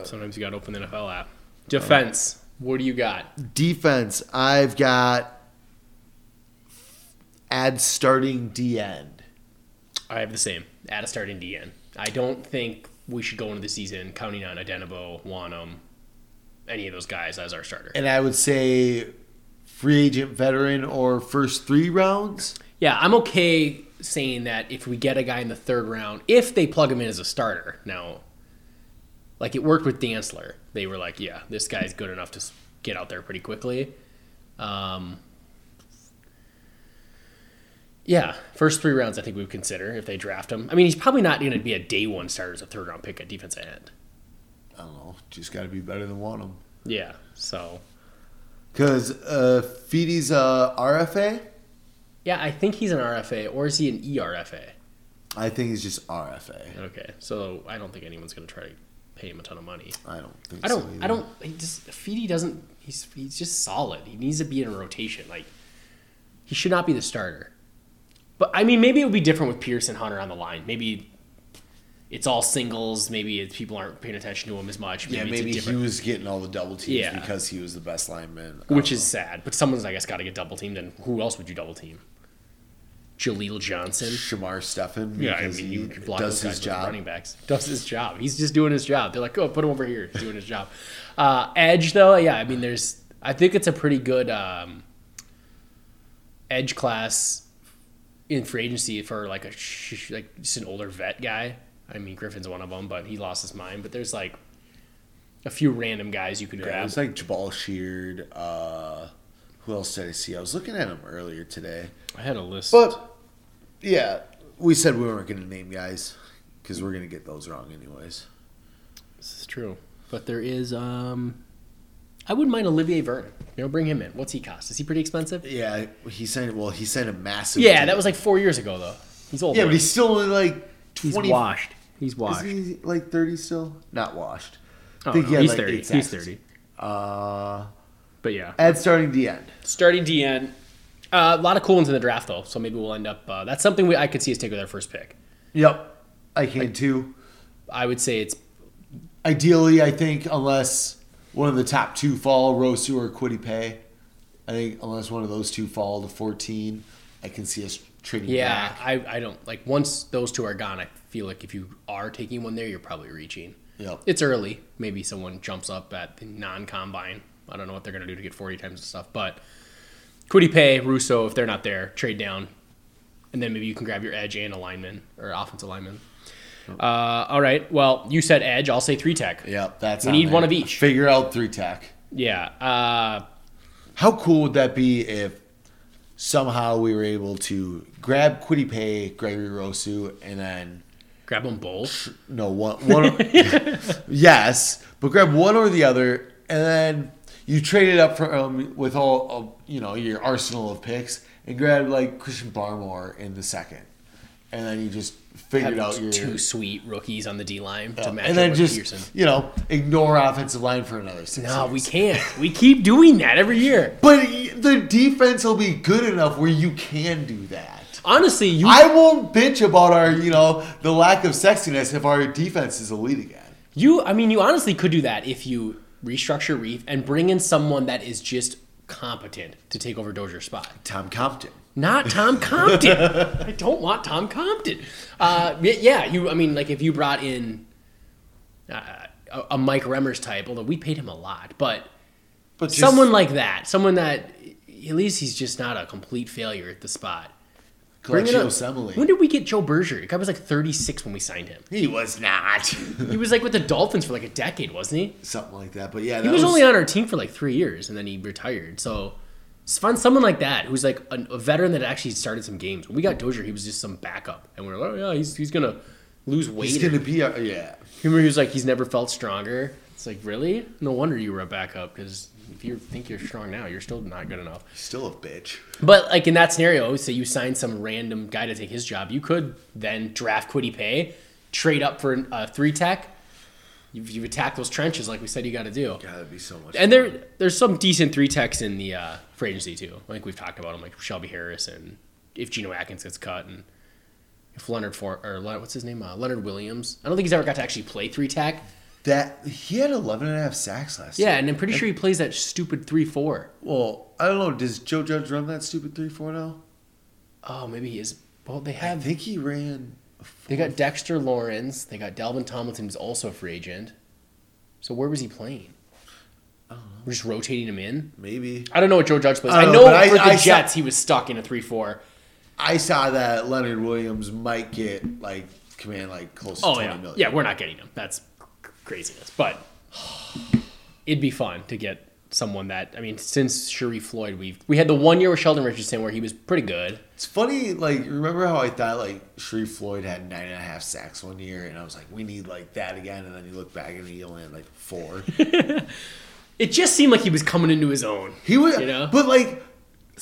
Speaker 3: Sometimes you got to open the NFL app. Defense. What do you got?
Speaker 2: Defense. I've got add starting D end.
Speaker 3: I have the same. At a starting DN. I don't think we should go into the season counting on Adenabo, Wanum, any of those guys as our starter.
Speaker 2: And I would say free agent veteran or first three rounds.
Speaker 3: Yeah, I'm okay saying that if we get a guy in the third round, if they plug him in as a starter. Now, like it worked with Dantzler. They were like, yeah, this guy's good enough to s- get out there pretty quickly. Um, yeah, first three rounds I think we would consider if they draft him. I mean, he's probably not going to be a day one starter as a third round pick at defense end.
Speaker 2: I don't know. Just got to be better than one of them.
Speaker 3: Yeah, so
Speaker 2: Because uh, Feedy's a RFA.
Speaker 3: yeah, I think he's an RFA or is he an E ERFA?
Speaker 2: I think he's just RFA.
Speaker 3: Okay, so I don't think anyone's going to try to pay him a ton of money.
Speaker 2: I don't think
Speaker 3: I
Speaker 2: so
Speaker 3: don't.
Speaker 2: either.
Speaker 3: I don't. He just Feedy doesn't. He's he's just solid. He needs to be in a rotation. Like he should not be the starter. But I mean, maybe it would be different with Pierce and Hunter on the line. Maybe it's all singles. Maybe it, people aren't paying attention to him as much.
Speaker 2: Yeah,
Speaker 3: it's a
Speaker 2: maybe he
Speaker 3: different-
Speaker 2: was getting all the double teams
Speaker 3: Yeah.
Speaker 2: because he was the best lineman. Um, I
Speaker 3: which
Speaker 2: don't
Speaker 3: is sad. But someone's I guess got to get double teamed. And who else would you double team? Jaleel
Speaker 2: know.
Speaker 3: Johnson.
Speaker 2: Shamar Stefan.
Speaker 3: Yeah, I
Speaker 2: because
Speaker 3: mean,
Speaker 2: he
Speaker 3: you block
Speaker 2: does
Speaker 3: those guys
Speaker 2: his
Speaker 3: with the
Speaker 2: job.
Speaker 3: running backs. Does his job. He's just doing his job. They're like, oh, put him over here. He's doing his job. Uh, edge, though, yeah, I mean, there's. I think it's a pretty good um, edge class in free agency for like a sh- like just an older vet guy. I mean, Griffin's one of them, but he lost his mind. But there's like a few random guys you could
Speaker 2: Yeah, it
Speaker 3: grab.
Speaker 2: was like Jabal Sheard. Uh, who else did I see? I was looking at him earlier today.
Speaker 3: I had a list.
Speaker 2: But yeah, we said we weren't going to name guys because we're going to get those wrong anyways.
Speaker 3: This is true. But there is. um I wouldn't mind Olivier Vernon. You know, bring him in. What's he cost? Is he pretty expensive?
Speaker 2: Yeah, he signed. Well, he signed a massive.
Speaker 3: Yeah,
Speaker 2: deal.
Speaker 3: that was like four years ago though. He's old.
Speaker 2: Yeah,
Speaker 3: now.
Speaker 2: but he's still only like
Speaker 3: he's
Speaker 2: twenty.
Speaker 3: washed. He's
Speaker 2: Is
Speaker 3: washed.
Speaker 2: he like thirty still? Not washed.
Speaker 3: Oh,
Speaker 2: think
Speaker 3: no,
Speaker 2: he had,
Speaker 3: he's
Speaker 2: like,
Speaker 3: thirty.
Speaker 2: eight
Speaker 3: He's
Speaker 2: sacks.
Speaker 3: thirty.
Speaker 2: Uh,
Speaker 3: But yeah,
Speaker 2: at starting the end.
Speaker 3: starting DN. Uh, a lot of cool ones in the draft though, so maybe we'll end up. Uh, that's something we, I could see us take with our first pick.
Speaker 2: Yep, I can too.
Speaker 3: I would say it's
Speaker 2: Ideally, I think unless one of the top two fall, Rosu or Quiddipay, I think unless one of those two fall to fourteen, I can see us trading
Speaker 3: yeah.
Speaker 2: back.
Speaker 3: I, I don't like once those two are gone. I feel like if you are taking one there, you're probably reaching.
Speaker 2: Yep.
Speaker 3: It's early. Maybe someone jumps up at the non-combine. I don't know what they're gonna do to get forty times the stuff, but Quiddy Pay, Russo, if they're not there, trade down, and then maybe you can grab your edge and a lineman or offensive lineman. Uh, all right. Well, you said edge. I'll say three tech.
Speaker 2: Yep, that's
Speaker 3: We
Speaker 2: on
Speaker 3: need
Speaker 2: there.
Speaker 3: one of each.
Speaker 2: Figure out three tack.
Speaker 3: Yeah. Uh,
Speaker 2: How cool would that be if somehow we were able to grab Quiddipay, Gregory Rosu, and then
Speaker 3: grab them both.
Speaker 2: no one one
Speaker 3: (laughs)
Speaker 2: yes, but grab one or the other, and then you trade it up for um, with all of you know your arsenal of picks and grab like Christian Barmore in the second, and then you just figured
Speaker 3: Have
Speaker 2: out your
Speaker 3: two sweet rookies on the D line to match
Speaker 2: and then
Speaker 3: up with
Speaker 2: just
Speaker 3: Pearson.
Speaker 2: (laughs) you know ignore offensive line for another six.
Speaker 3: No, we
Speaker 2: years.
Speaker 3: can't. We keep doing that every year.
Speaker 2: But the defense will be good enough where you can do that.
Speaker 3: Honestly, you
Speaker 2: I won't bitch about our, you know, the lack of sexiness if our defense is elite again.
Speaker 3: You, I mean, you honestly could do that if you restructure Reef and bring in someone that is just competent to take over Dozier's spot.
Speaker 2: Tom Compton. (laughs)
Speaker 3: Not Tom Compton. I don't want Tom Compton. Uh, y- yeah, you. I mean, like if you brought in uh, a, a Mike Remmers type, although we paid him a lot, but
Speaker 2: But just,
Speaker 3: someone like that, someone that at least he's just not a complete failure at the spot. Bring it
Speaker 2: Coleccio
Speaker 3: up.
Speaker 2: Semele.
Speaker 3: When did we get Joe Berger? The guy was like 36 when we signed him.
Speaker 2: he was not (laughs)
Speaker 3: He was like with the Dolphins for like a decade, wasn't he?
Speaker 2: something like that. But yeah, that
Speaker 3: He was, only on our team for like three years, and then he retired. So s- find someone like that who's like a, a veteran that actually started some games. When we got Dozier, he was just some backup, and we were like, oh yeah, he's he's gonna lose weight.
Speaker 2: He's gonna be a, yeah.
Speaker 3: Remember, he was like, he's never felt stronger. It's like really, no wonder you were a backup because if you think you're strong now, you're still not good enough.
Speaker 2: Still a bitch.
Speaker 3: But like in that scenario, say you sign some random guy to take his job, you could then draft Quiddy Pay, trade up for a three tech, You've, you've attacked those trenches like we said you got to do.
Speaker 2: God, that'd be so much. fun.
Speaker 3: And there, there's some decent three techs in the uh, free agency too. I think we've talked about them, like Shelby Harris, and if Geno Atkins gets cut, and if Leonard for or Le- what's his name, uh, Leonard Williams. I don't think he's ever got to actually play three tech.
Speaker 2: that he had 11 and a half sacks last
Speaker 3: Yeah,
Speaker 2: year.
Speaker 3: and I'm pretty sure he plays that stupid three four.
Speaker 2: Well, I don't know. Does Joe Judge run that stupid three four now?
Speaker 3: Oh, maybe he is. Well, they
Speaker 2: I
Speaker 3: have
Speaker 2: think he ran. a
Speaker 3: they
Speaker 2: four-
Speaker 3: got Dexter Lawrence. They got Dalvin Tomlinson, who's also a free agent. So where was he playing? We're just rotating him in.
Speaker 2: maybe.
Speaker 3: I don't know what Joe Judge plays.
Speaker 2: I
Speaker 3: I,
Speaker 2: don't know,
Speaker 3: know
Speaker 2: but I-
Speaker 3: for the
Speaker 2: I saw-
Speaker 3: Jets he was stuck in a three four.
Speaker 2: I saw that Leonard Williams might get like command like close to
Speaker 3: Oh
Speaker 2: twenty
Speaker 3: yeah,
Speaker 2: million.
Speaker 3: yeah. We're not getting him. That's cr- craziness. But it'd be fun to get someone that. I mean, since Sharif Floyd, we've we had the one year with Sheldon Richardson where he was pretty good.
Speaker 2: It's funny, like remember how I thought like Shreve Floyd had nine and a half sacks one year, and I was like, we need like that again. And then you look back and he only had like four.
Speaker 3: It just seemed like he was coming into his own.
Speaker 2: He was,
Speaker 3: You know?
Speaker 2: but like,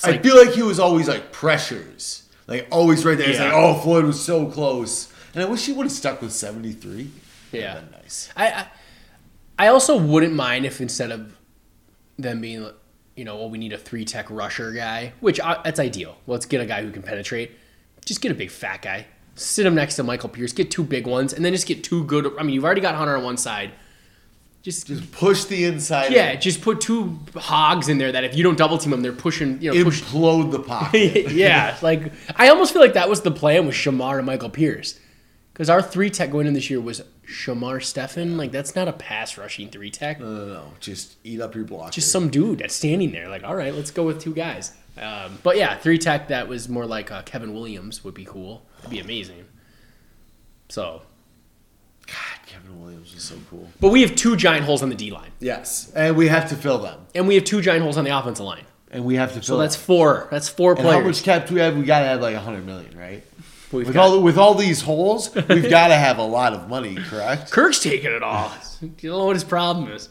Speaker 2: I
Speaker 3: like-
Speaker 2: feel like he was always like pressures, like always right there. It's
Speaker 3: Yeah.
Speaker 2: like, oh, Floyd was so close, and I wish he would have stuck with seventy three.
Speaker 3: Yeah.
Speaker 2: been nice.
Speaker 3: I, I I also wouldn't mind if instead of them being, you know, well, we need a three tech rusher guy, which I, that's ideal. Let's get a guy who can penetrate. Just get a big fat guy. Sit him next to Michael Pierce. Get two big ones, and then just get two good. I mean, you've already got Hunter on one side. Just,
Speaker 2: Just push the inside.
Speaker 3: yeah, just put two hogs in there that if you don't double team them, they're pushing. You know, push,
Speaker 2: implode the
Speaker 3: (laughs)
Speaker 2: pocket. (laughs)
Speaker 3: yeah, like I almost feel like that was the plan with Shamar and Michael Pierce. Because our three tech going in this year was Shamar Stefan. Like, that's not a pass rushing three tech.
Speaker 2: no, no, no. Just eat up your block.
Speaker 3: Just some dude that's standing there, like, all right, let's go with two guys. Um, but yeah, three tech that was more like uh, Kevin Williams would be cool. It'd be amazing. So,
Speaker 2: God, Kevin Williams was so cool.
Speaker 3: but we have two giant holes on the D line,
Speaker 2: Yes, and we have to fill them,
Speaker 3: and we have two giant holes on the offensive line.
Speaker 2: and we have to fill.
Speaker 3: So that's
Speaker 2: them.
Speaker 3: four. That's four
Speaker 2: And how
Speaker 3: players.
Speaker 2: much cap do we have? We gotta have like a hundred million, right?
Speaker 3: We've
Speaker 2: with
Speaker 3: got-
Speaker 2: all with all these holes, we've gotta have a lot of money, correct?
Speaker 3: Kirk's taking it (laughs) all. you don't know what his problem is.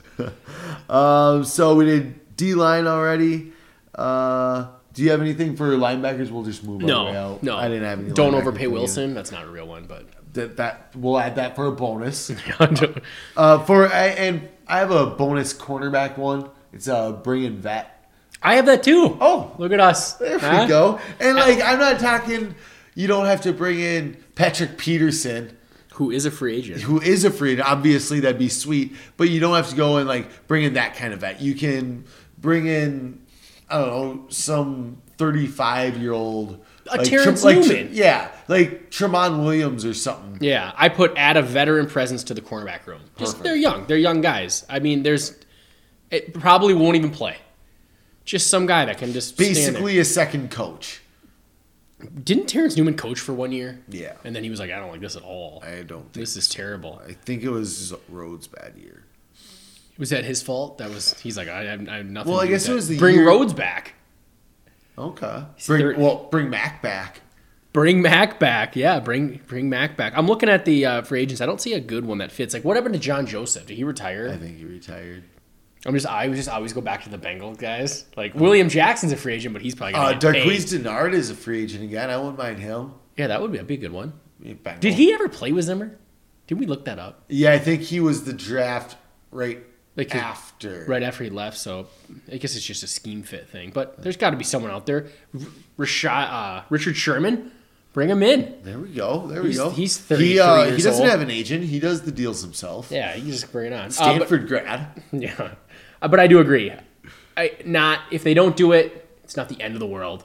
Speaker 2: Um, so we did D line already. Uh, do you have anything for linebackers? We'll just move on.
Speaker 3: No, no,
Speaker 2: Oh, I didn't have any.
Speaker 3: Don't
Speaker 2: linebacker
Speaker 3: overpay
Speaker 2: for you.
Speaker 3: Wilson. That's not a real one, but (laughs)
Speaker 2: That, that we'll add that for a bonus.
Speaker 3: Don't-
Speaker 2: Uh, for I- and I have a bonus cornerback one. It's uh bringing vet.
Speaker 3: I have that too.
Speaker 2: Oh,
Speaker 3: look at us.
Speaker 2: There
Speaker 3: Huh?
Speaker 2: we go. And like, I'm not talking. You don't have to bring in Patrick Peterson,
Speaker 3: Who is a free agent?
Speaker 2: who is a free. Obviously, that'd be sweet, but you don't have to go and like bring in that kind of vet. You can bring in, I don't know, some 35 year old.
Speaker 3: A Terrence Newman.
Speaker 2: yeah, like Tremont Williams or something.
Speaker 3: Yeah, I put add a veteran presence to the cornerback room. Just
Speaker 2: Perfect.
Speaker 3: they're young. They're young guys. I mean, there's it probably won't even play. Just some guy that can just Stand
Speaker 2: Basically, a second coach.
Speaker 3: there. Didn't Terrence Newman coach for one year?
Speaker 2: Yeah.
Speaker 3: And then he was like, I don't like this at all.
Speaker 2: I don't think.
Speaker 3: This is terrible.
Speaker 2: I think it was Rhodes' bad year.
Speaker 3: Was that his fault? That was he's like, I, I, I have nothing.
Speaker 2: Well,
Speaker 3: to
Speaker 2: I
Speaker 3: do with
Speaker 2: guess it
Speaker 3: that.
Speaker 2: was the
Speaker 3: bring
Speaker 2: year-
Speaker 3: Rhodes back.
Speaker 2: Okay.
Speaker 3: third-
Speaker 2: Bring, well, bring Mac back.
Speaker 3: Bring Mac back. Yeah, bring bring Mac back. I'm looking at the uh, free agents. I don't see a good one that fits. Like, what happened to John Joseph? Did he
Speaker 2: I
Speaker 3: retire?
Speaker 2: think he retired.
Speaker 3: I'm just I just always go back to the Bengals guys. Like William Jackson's a free agent, but he's probably
Speaker 2: Uh,
Speaker 3: gonna get paid.
Speaker 2: Darquise Denard is a free agent again. I wouldn't mind him.
Speaker 3: Yeah, that would be a big good one.
Speaker 2: Bengal.
Speaker 3: Did he ever play with Zimmer? Did we look that up?
Speaker 2: Yeah, I think he was the draft right
Speaker 3: Like his-
Speaker 2: after.
Speaker 3: Right after he left, so I guess it's just a scheme fit thing. But there's got to be someone out there. R- Rashad, uh, Richard Sherman, bring him in.
Speaker 2: There we go. There we
Speaker 3: He's-
Speaker 2: go.
Speaker 3: he's
Speaker 2: He,
Speaker 3: 33
Speaker 2: uh, he
Speaker 3: years
Speaker 2: doesn't
Speaker 3: old.
Speaker 2: have an agent. He does the deals himself.
Speaker 3: Yeah, you just bring it on. Uh, but-
Speaker 2: Stanford grad.
Speaker 3: yeah, Uh, but I do agree. I not if they don't do it, it's not the end of the world.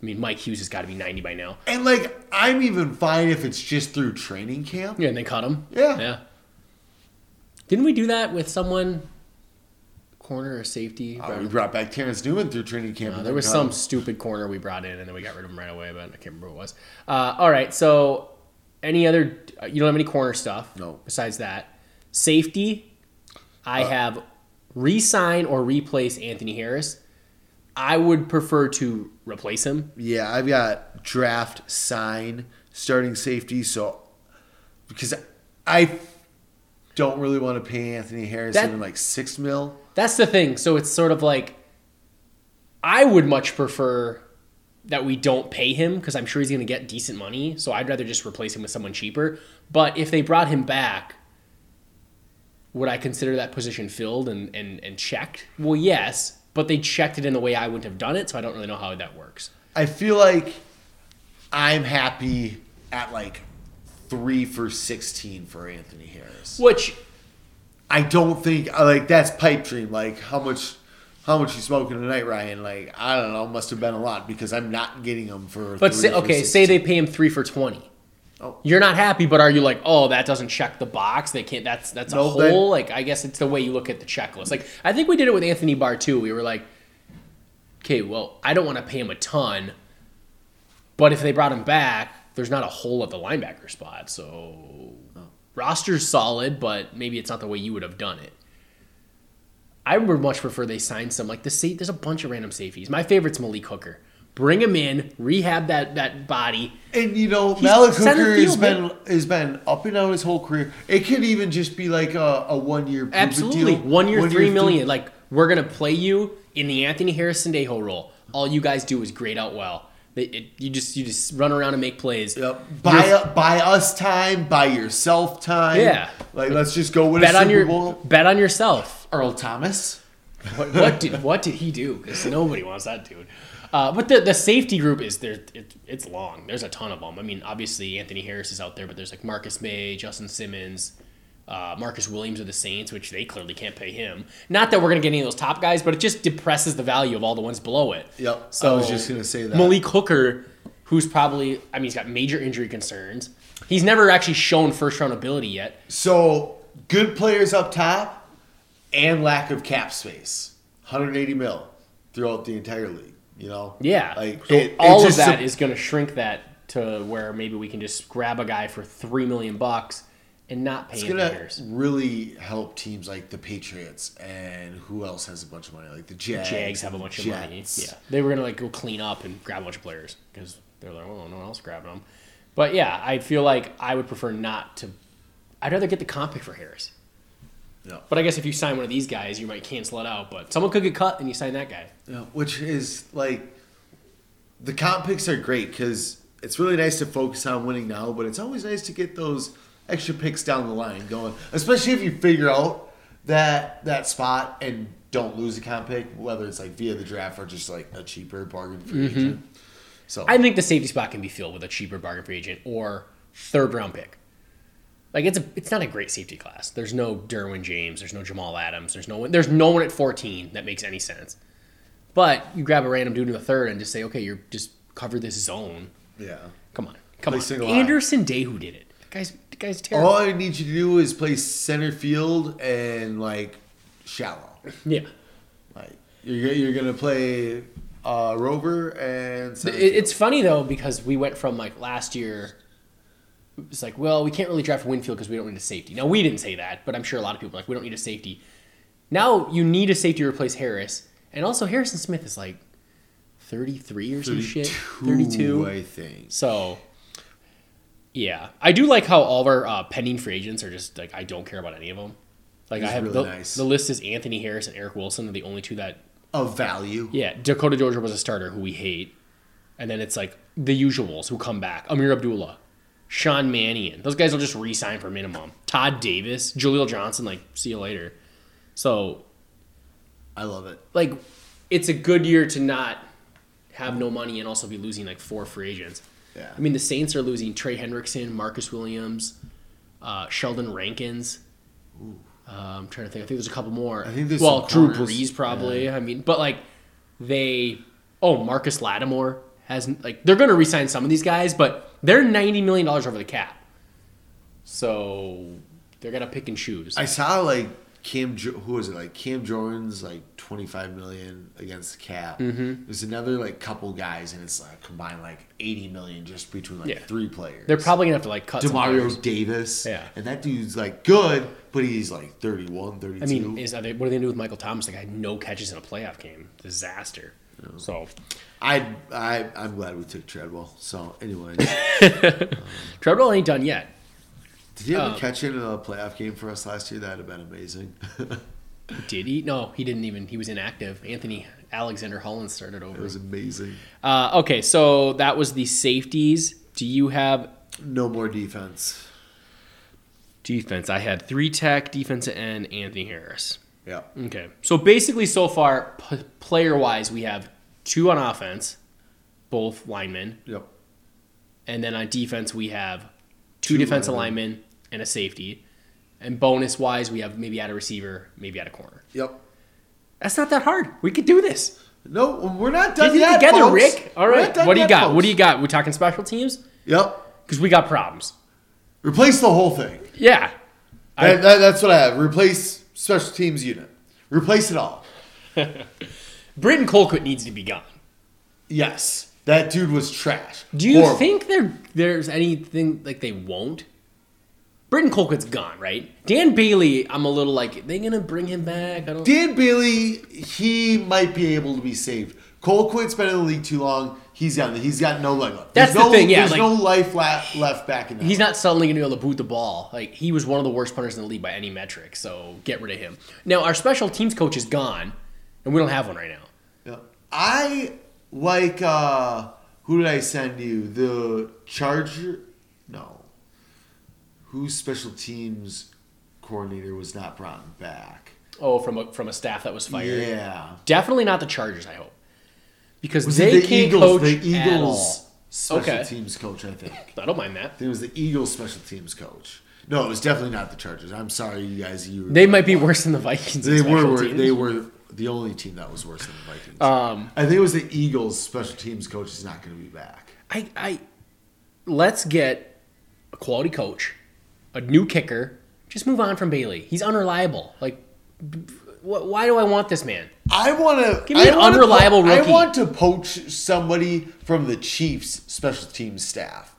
Speaker 3: I mean, Mike Hughes has got to be 90 by now.
Speaker 2: And like, I'm even fine if it's just through training camp.
Speaker 3: Yeah, and they cut him.
Speaker 2: Yeah.
Speaker 3: Yeah. Didn't we do that with someone? Corner or safety?
Speaker 2: Uh, we brought back Terrence Newman through training camp.
Speaker 3: Uh,
Speaker 2: and
Speaker 3: there
Speaker 2: then
Speaker 3: was
Speaker 2: cut
Speaker 3: some
Speaker 2: him.
Speaker 3: stupid corner we brought in, and then we got rid of him right away. But I can't remember what it was. Uh, all right, so any other? uh, You don't have any corner stuff?
Speaker 2: No.
Speaker 3: Besides that, safety. I have re-sign or replace Anthony Harris. I would prefer to replace him.
Speaker 2: Yeah, I've got draft sign starting safety. So because I don't really want to pay Anthony Harris
Speaker 3: That-
Speaker 2: even like six mil.
Speaker 3: That's the thing. So it's sort of like I would much prefer that we don't pay him because I'm sure he's going to get decent money. So I'd rather just replace him with someone cheaper. But if they brought him back, would I consider that position filled and, and, and checked? Well, yes, but they checked it in the way I wouldn't have done it, so I don't really know how that works.
Speaker 2: I feel like I'm happy at like three for 16 for Anthony Harris.
Speaker 3: Which
Speaker 2: I don't think, uh, like, that's pipe dream. Like, how much. How much you smoking tonight, Ryan? Like I don't know, must have been a lot because I'm not getting them for.
Speaker 3: But
Speaker 2: three
Speaker 3: say,
Speaker 2: for
Speaker 3: okay, say
Speaker 2: 16.
Speaker 3: they pay him three for twenty.
Speaker 2: Oh.
Speaker 3: You're not happy, but are you like, oh, that doesn't check the box? They can't. That's that's a
Speaker 2: No,
Speaker 3: hole.
Speaker 2: they-
Speaker 3: like, I guess it's the way you look at the checklist. Like, I think we did it with Anthony Barr too. We were like, okay, well, I don't want to pay him a ton, but if they brought him back, there's not a hole at the linebacker spot. So
Speaker 2: Oh.
Speaker 3: roster's solid, but maybe it's not the way you would have done it. I would much prefer they sign some like the sa- There's a bunch of random safeties. My favorite's Malik Hooker. Bring him in, rehab that that body.
Speaker 2: And you know, Malik
Speaker 3: center
Speaker 2: Hooker has
Speaker 3: field,
Speaker 2: been has been up and down his whole career. It could even just be like a, a one year
Speaker 3: Absolutely, one year, three million. Like we're gonna play you in the Anthony Harrison Deho role. All you guys do is grade out well. They- it- you just you just run around and make plays.
Speaker 2: Yep. Buy up, buy us time, buy yourself time.
Speaker 3: Yeah.
Speaker 2: like let's just go win
Speaker 3: Bet
Speaker 2: a Super
Speaker 3: on your
Speaker 2: Bowl.
Speaker 3: bet on yourself.
Speaker 2: Earl Thomas.
Speaker 3: What, what did what did he do? Because nobody wants that dude. Uh, but the, the safety group is there. It, it's long. There's a ton of them. I mean, obviously Anthony Harris is out there, but there's like Marcus May, Justin Simmons, uh, Marcus Williams of the Saints, which they clearly can't pay him. Not that we're gonna get any of those top guys, but it just depresses the value of all the ones below it.
Speaker 2: Yep, I
Speaker 3: So
Speaker 2: was just gonna say that.
Speaker 3: Malik Hooker, who's probably I mean he's got major injury concerns. He's never actually shown first round ability yet.
Speaker 2: So good players up top, and lack of cap space. 180 mil throughout the entire league. You know.
Speaker 3: Yeah.
Speaker 2: Like
Speaker 3: so
Speaker 2: it- it
Speaker 3: all of
Speaker 2: just
Speaker 3: that
Speaker 2: sup-
Speaker 3: is going to shrink that to where maybe we can just grab a guy for three million bucks and not pay
Speaker 2: It's
Speaker 3: him
Speaker 2: gonna
Speaker 3: years.
Speaker 2: really help teams like the Patriots and who else has a bunch of money, like the Jags.
Speaker 3: Jags have a bunch of money.
Speaker 2: Jets.
Speaker 3: Yeah, they were gonna like go clean up and grab a bunch of players because they're like, well, no one else grabbing them. But yeah, I feel like I would prefer not to. I'd rather get the comp pick for Harris.
Speaker 2: Yeah.
Speaker 3: But I guess if you sign one of these guys, you might cancel it out. But someone could get cut, and you sign that guy.
Speaker 2: Yeah, which is like the comp picks are great because it's really nice to focus on winning now, but it's always nice to get those extra picks down the line going, especially if you figure out that that spot and don't lose a comp pick, whether it's like via the draft or just like a cheaper bargain free
Speaker 3: Mm-hmm.
Speaker 2: agent. So
Speaker 3: I think the safety spot can be filled with a cheaper bargain free agent or third round pick. Like it's a, it's not a great safety class. There's no Derwin James. There's no Jamal Adams. There's no one. There's no one at 14 that makes any sense. But you grab a random dude in the third and just say, okay, you're just cover this zone.
Speaker 2: yeah.
Speaker 3: Come on, come
Speaker 2: Play
Speaker 3: on.
Speaker 2: single high.
Speaker 3: Anderson Day, who did it? That guy's that guy's terrible.
Speaker 2: All I need you to do is play center field and like shallow.
Speaker 3: yeah,
Speaker 2: Like you're you're gonna play uh, Rover and center
Speaker 3: It-
Speaker 2: field.
Speaker 3: it's funny though because we went from like last year. It's like, well, we can't really draft Winfield because we don't need a safety. Now we didn't say that, but I'm sure a lot of people are like we don't need a safety. Now you need a safety to replace Harris, and also Harrison Smith is like 33 or some shit, 32.
Speaker 2: I think.
Speaker 3: So, yeah, I do like how all of our uh, pending free agents are just like I don't care about any of them. Like I
Speaker 2: It's
Speaker 3: have
Speaker 2: really
Speaker 3: the,
Speaker 2: nice.
Speaker 3: the list is Anthony Harris and Eric Wilson are the only two that
Speaker 2: Of value.
Speaker 3: yeah, Dakota Georgia was a starter who we hate. And then it's like the usuals who come back. Amir Abdullah, Sean Mannion. Those guys will just re-sign for minimum. Todd Davis, Jaleel Johnson, like, see you later. So,
Speaker 2: I love it.
Speaker 3: like, it's a good year to not have no money and also be losing like four free agents.
Speaker 2: Yeah.
Speaker 3: I mean, the Saints are losing Trey Hendrickson, Marcus Williams, uh, Sheldon Rankins. Um, I'm trying to think. I think there's a couple more. I
Speaker 2: think there's
Speaker 3: well,
Speaker 2: some
Speaker 3: Drew
Speaker 2: corners.
Speaker 3: Brees probably. I mean, but like they, oh Marcus Lattimore has like they're going to resign some of these guys, but they're 90 million dollars over the cap, so they're gonna pick and choose.
Speaker 2: I saw like Cam, Jo- who was it? Like Cam Jordan's like twenty five million against the cap.
Speaker 3: Mm-hmm.
Speaker 2: There's another like couple guys, and it's like combined like eighty million just between like
Speaker 3: Yeah.
Speaker 2: three players.
Speaker 3: they're probably gonna have to like cut some players.
Speaker 2: Demario Davis.
Speaker 3: Yeah.
Speaker 2: and that dude's like good, but he's like 31, 32.
Speaker 3: I mean, is are they, what are they gonna do with Michael Thomas? Like, I had no catches in a playoff game. Disaster. So
Speaker 2: I I I'm glad we took Treadwell. So
Speaker 3: (laughs)
Speaker 2: anyway,
Speaker 3: Treadwell ain't done yet.
Speaker 2: did he
Speaker 3: Um,
Speaker 2: ever catch in a playoff game for us last year? That'd have been amazing. (laughs)
Speaker 3: Did he? No, he didn't even. He was inactive. Anthony Alexander Hollins started
Speaker 2: it
Speaker 3: over.
Speaker 2: was amazing.
Speaker 3: Uh, okay, so that was the safeties. Do you have?
Speaker 2: No more defense.
Speaker 3: Do Defense. I had three tech, defensive end, Anthony Harris.
Speaker 2: Yeah.
Speaker 3: Okay. So basically, so far, p- player wise, we have two on offense, both linemen,
Speaker 2: Yep.
Speaker 3: and then on defense we have two, defensive linemen and a safety. And bonus wise, we have maybe at a receiver, maybe at a corner.
Speaker 2: Yep.
Speaker 3: That's not that hard. We could do this.
Speaker 2: No, we're not
Speaker 3: Get
Speaker 2: done
Speaker 3: it
Speaker 2: yet,
Speaker 3: together,
Speaker 2: folks.
Speaker 3: Rick. All
Speaker 2: We're
Speaker 3: right.
Speaker 2: not done
Speaker 3: What do you
Speaker 2: yet,
Speaker 3: got?
Speaker 2: folks.
Speaker 3: What do you got? We're talking special teams
Speaker 2: Yep.
Speaker 3: because we got problems.
Speaker 2: Replace the whole thing.
Speaker 3: Yeah. I-
Speaker 2: That- that- that's what I have. Replace special teams unit. Replace it all.
Speaker 3: Britton Colquitt needs to be gone.
Speaker 2: Yes. That dude was trash.
Speaker 3: Do you
Speaker 2: Horrible.
Speaker 3: think there there's anything like they won't? Britton Colquitt's gone, right? Dan Bailey, I'm a little like, they gonna bring him back? I don't.
Speaker 2: Dan Bailey, he might be able to be saved. Cole Quinn's been in the league too long. He's got he's got no leg left.
Speaker 3: That's
Speaker 2: There's
Speaker 3: the
Speaker 2: no,
Speaker 3: thing, yeah,
Speaker 2: There's
Speaker 3: like-
Speaker 2: no life la- left back in that.
Speaker 3: He's not suddenly gonna be able to boot the ball. Like he was one of the worst punters in the league by any metric. So get rid of him. Now our special teams coach is gone, and we don't have one right now.
Speaker 2: Yeah. I like uh who did I send you? The Charger no. Whose special teams coordinator was not brought back?
Speaker 3: Oh, from a from a staff that was fired.
Speaker 2: Yeah.
Speaker 3: Definitely not the Chargers. I hope because
Speaker 2: Was
Speaker 3: they
Speaker 2: it the
Speaker 3: can't
Speaker 2: Eagles,
Speaker 3: coach
Speaker 2: the Eagles
Speaker 3: at all.
Speaker 2: special
Speaker 3: Okay.
Speaker 2: teams coach, I think.
Speaker 3: I don't mind that.
Speaker 2: It was the Eagles special teams coach. No, it was definitely not the Chargers. I'm sorry, you guys. You
Speaker 3: They might be worse than the Vikings. in
Speaker 2: they were,
Speaker 3: special
Speaker 2: were
Speaker 3: teams.
Speaker 2: they were the only team that was worse than the Vikings. Um, I think it was the Eagles special teams coach is not going to be back.
Speaker 3: I, I let's get a quality coach, a new kicker. Just move on from Bailey. He's unreliable. Like, wh- why do I want this man? (sighs)
Speaker 2: I want to
Speaker 3: Give me an unreliable rookie.
Speaker 2: I want to poach somebody from the Chiefs special teams staff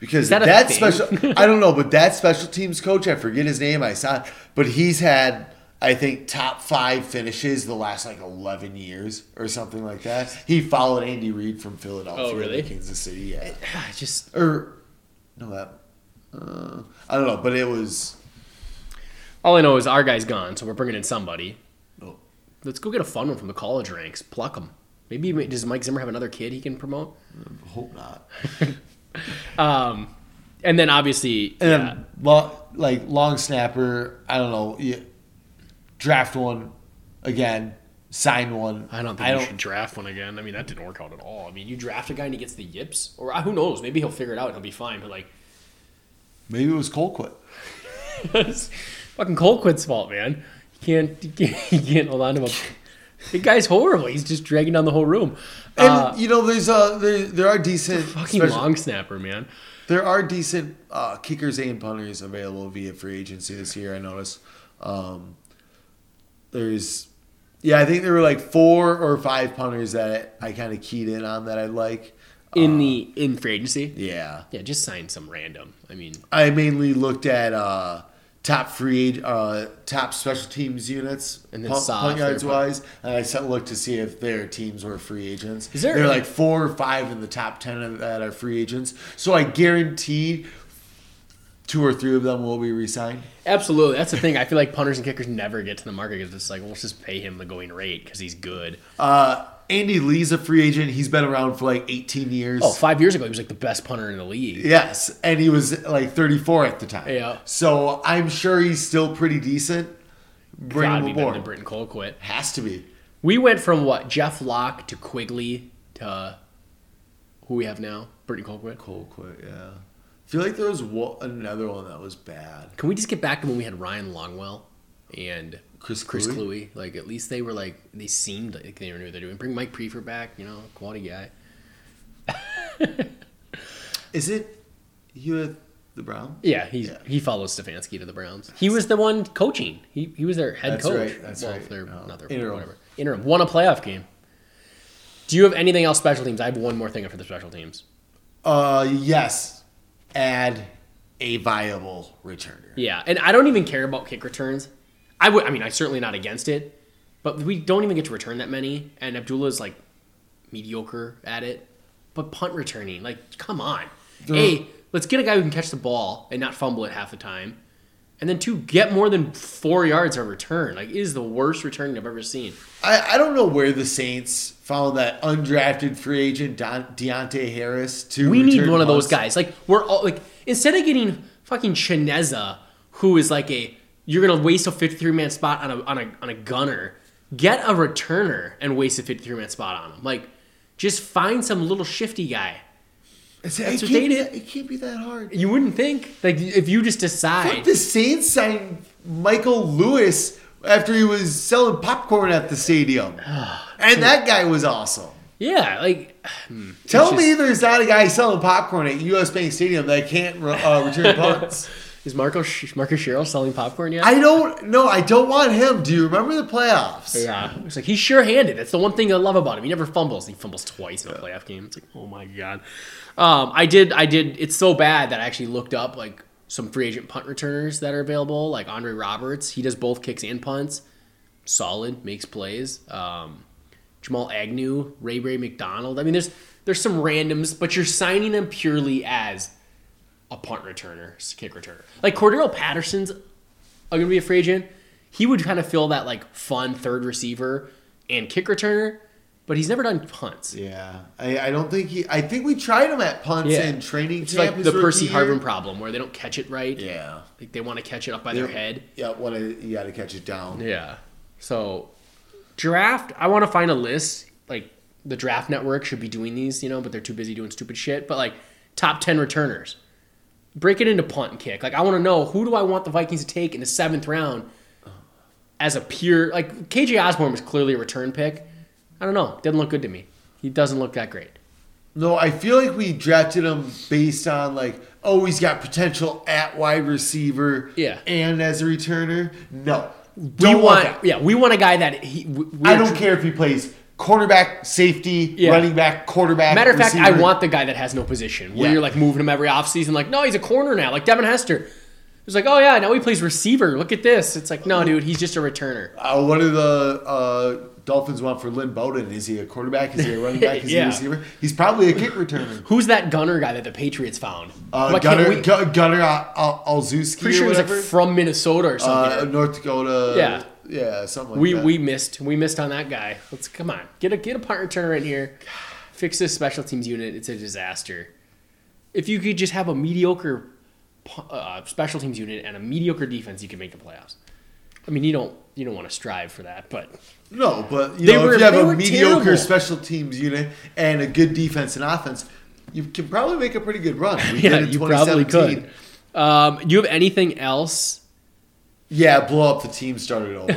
Speaker 2: because
Speaker 3: that a
Speaker 2: that,
Speaker 3: thing?
Speaker 2: special.
Speaker 3: (laughs)
Speaker 2: I don't know, but that special teams coach, I forget his name. I saw, it, but he's had. I think top five finishes the last like eleven years or something like that. He followed Andy Reid from Philadelphia
Speaker 3: Oh, really?
Speaker 2: to Kansas City, yeah.
Speaker 3: Ah, Just
Speaker 2: Or no, that uh, I don't know, but it was
Speaker 3: all I know is our guy's gone, so we're bringing in somebody.
Speaker 2: oh,
Speaker 3: Let's go get a fun one from the college ranks. Pluck him. Maybe does Mike Zimmer have another kid he can promote?
Speaker 2: hope not.
Speaker 3: And then obviously,
Speaker 2: And
Speaker 3: yeah.
Speaker 2: then long, like long snapper, I don't know. You draft one again, sign one.
Speaker 3: I don't think you should draft one again. I mean, that didn't work out at all. I mean, you draft a guy and he gets the yips, or uh, who knows? Maybe he'll figure it out and he'll be fine. But like, (laughs)
Speaker 2: Maybe it was Colquitt.
Speaker 3: it's fucking Colquitt's fault, man. He can't, (laughs) he can't, he can't hold on to him. The guy's horrible. He's just dragging down the whole room.
Speaker 2: And
Speaker 3: Uh,
Speaker 2: you know, there's uh there there are decent
Speaker 3: fucking
Speaker 2: special-
Speaker 3: long snapper, man.
Speaker 2: there are decent uh, kickers and punters available via free agency this year. I noticed. Um, there's, yeah, I think there were like four or five punters that I, kind of keyed in on that I like.
Speaker 3: In the in free agency,
Speaker 2: Yeah,
Speaker 3: yeah, just sign some random. I mean,
Speaker 2: I mainly looked at uh, top free uh, top special teams units
Speaker 3: And then
Speaker 2: punt,
Speaker 3: saw
Speaker 2: punt
Speaker 3: if they're
Speaker 2: yards
Speaker 3: punt-
Speaker 2: wise, and I set, looked to see if their teams were free agents.
Speaker 3: Is there-
Speaker 2: There are like four or five in the top ten of- that are free agents. So I guarantee two or three of them will be re-signed.
Speaker 3: absolutely. That's the thing. I feel like punters and kickers never get to the market because it's like, well, let's just pay him the going rate because he's good.
Speaker 2: Uh, Andy Lee's a free agent. He's been around for like 18 years.
Speaker 3: Oh, five years ago, he was like the best punter in the league.
Speaker 2: Yes, and he was like 34 at the time.
Speaker 3: Yeah.
Speaker 2: So I'm sure he's still pretty decent. Bring
Speaker 3: God,
Speaker 2: him
Speaker 3: we better than
Speaker 2: aboard.
Speaker 3: Britton Colquitt.
Speaker 2: Has to be.
Speaker 3: We went from what Jeff Locke to Quigley to who we have now, Britton Colquitt.
Speaker 2: Cold quit, yeah. I feel like there was one, another one that was bad.
Speaker 3: Can we just get back to when we had Ryan Longwell and
Speaker 2: Chris
Speaker 3: Chris
Speaker 2: Cluey?
Speaker 3: Cluey? Like at least they were like they seemed like they knew what they're doing. Bring Mike Prefer back, you know, quality guy.
Speaker 2: Is it you at the Brown?
Speaker 3: Yeah, he
Speaker 2: Yeah.
Speaker 3: he follows Stefanski to the Browns. He was the one coaching. He he was their head
Speaker 2: That's
Speaker 3: coach.
Speaker 2: right, that's right.
Speaker 3: if they're
Speaker 2: No.
Speaker 3: not their
Speaker 2: Interim.
Speaker 3: whatever. Interim won a playoff game. Do you have anything else special teams? I have one more thing after the special teams.
Speaker 2: Uh, yes. Add a viable returner.
Speaker 3: Yeah, and I don't even care about kick returns. I would. I mean, I'm certainly not against it, but we don't even get to return that many. And Abdullah's like mediocre at it. But punt returning, like, come on. Hey, let's get a guy who can catch the ball and not fumble it half the time. And then two, get more than four yards on return. Like, it is the worst return I've ever seen.
Speaker 2: I, I don't know where the Saints found that undrafted free agent Don, Deontay Harris to.
Speaker 3: We need
Speaker 2: return
Speaker 3: one of those
Speaker 2: punts.
Speaker 3: guys. Like, we're all like, instead of getting fucking Chineza, who is like a you're gonna waste a 53 man spot on a on a on a gunner. Get a returner and waste a 53 man spot on him. Like, just find some little shifty guy.
Speaker 2: That's
Speaker 3: That's
Speaker 2: it,
Speaker 3: what
Speaker 2: can't
Speaker 3: they
Speaker 2: be
Speaker 3: did.
Speaker 2: that- It can't be that hard.
Speaker 3: You wouldn't think like if you just decide.
Speaker 2: Fuck the Saints signed Michael Lewis after he was selling popcorn at the
Speaker 3: (sighs)
Speaker 2: stadium, and that guy was awesome.
Speaker 3: Yeah, like
Speaker 2: Tell
Speaker 3: It's
Speaker 2: me there's not a guy selling popcorn at U.S. Bank Stadium that can't re- uh,
Speaker 3: (laughs)
Speaker 2: return punts.
Speaker 3: is Marco Sh- Marcus Sherrill selling popcorn yet?
Speaker 2: I don't. No, I don't want him. Do you remember the playoffs?
Speaker 3: yeah, it's like he's sure-handed. That's the one thing I love about him. He never fumbles. He fumbles twice in a playoff game. It's like, oh my god. Um, I did, I did. It's so bad that I actually looked up like some free agent punt returners that are available. Like Andre Roberts, he does both kicks and punts. Solid, makes plays. Um, Jamal Agnew, Ray Ray McDonald. I mean, there's there's some randoms, but you're signing them purely as a punt returner, s- kick returner. Like Cordero Patterson's going to be a free agent. He would kind of fill that like fun third receiver and kick returner, but he's never done punts.
Speaker 2: Yeah, I, I don't think he. I think we tried him at punts
Speaker 3: Yeah.
Speaker 2: in training
Speaker 3: It's
Speaker 2: camp.
Speaker 3: like
Speaker 2: his
Speaker 3: the
Speaker 2: rookie
Speaker 3: Percy
Speaker 2: year.
Speaker 3: Harvin problem where they don't catch it right.
Speaker 2: Yeah,
Speaker 3: Like they want to catch it up by their head.
Speaker 2: Yeah, what a, you got to catch it down.
Speaker 3: Yeah. So draft, I want to find a list. Like the draft network should be doing these, you know, but they're too busy doing stupid shit. But like top 10 returners. Break it into punt and kick. Like I want to know who do I want the Vikings to take in the seventh round as a pure like KJ Osborne was clearly a return pick. I don't know. Didn't look good to me. He doesn't look that great.
Speaker 2: No, I feel like we drafted him based on like, oh, he's got potential at wide receiver.
Speaker 3: Yeah.
Speaker 2: and as a returner, no, don't
Speaker 3: We
Speaker 2: want,
Speaker 3: want,
Speaker 2: that.
Speaker 3: yeah, we want a guy that he. we-
Speaker 2: I
Speaker 3: we're-
Speaker 2: don't care if he plays cornerback, safety,
Speaker 3: Yeah.
Speaker 2: running back, quarterback.
Speaker 3: Matter of fact, I
Speaker 2: receiver.
Speaker 3: want the guy that has no position. Where
Speaker 2: Yeah.
Speaker 3: you're like moving him every offseason, like, no, he's a corner now, like Devin Hester. It's like, oh yeah, now he plays receiver. Look at this. It's like, no, dude, he's just a returner.
Speaker 2: Uh, what do the uh, Dolphins want for Lynn Bowden? Is he a quarterback? Is he a running back? Is
Speaker 3: (laughs) Yeah.
Speaker 2: he a receiver? He's probably a kick returner.
Speaker 3: Who's that gunner guy that the Patriots found?
Speaker 2: Uh,
Speaker 3: Why can't
Speaker 2: Gunner,
Speaker 3: we-
Speaker 2: Gu- Gunner Al- Al- Alzewski
Speaker 3: pretty sure
Speaker 2: or
Speaker 3: he was like
Speaker 2: whatever.
Speaker 3: from Minnesota or
Speaker 2: uh,
Speaker 3: something.
Speaker 2: North Dakota.
Speaker 3: Yeah.
Speaker 2: yeah, something like
Speaker 3: we
Speaker 2: that.
Speaker 3: we missed we missed on that guy. Let's come on, get a get a punt returner in here. Fix this special teams unit. It's a disaster. If you could just have a mediocre pu- uh, special teams unit and a mediocre defense, you can make the playoffs. I mean, you don't you don't want to strive for that, but (laughs)
Speaker 2: no, but you
Speaker 3: They
Speaker 2: know,
Speaker 3: were-
Speaker 2: if you have
Speaker 3: they
Speaker 2: a
Speaker 3: were
Speaker 2: mediocre
Speaker 3: terrible.
Speaker 2: special teams unit and a good defense and offense, you can probably make a pretty good run. We
Speaker 3: (laughs) yeah,
Speaker 2: did in
Speaker 3: you probably
Speaker 2: 2017.
Speaker 3: could. Um, do you have anything else?
Speaker 2: Yeah, blow up the team, started over.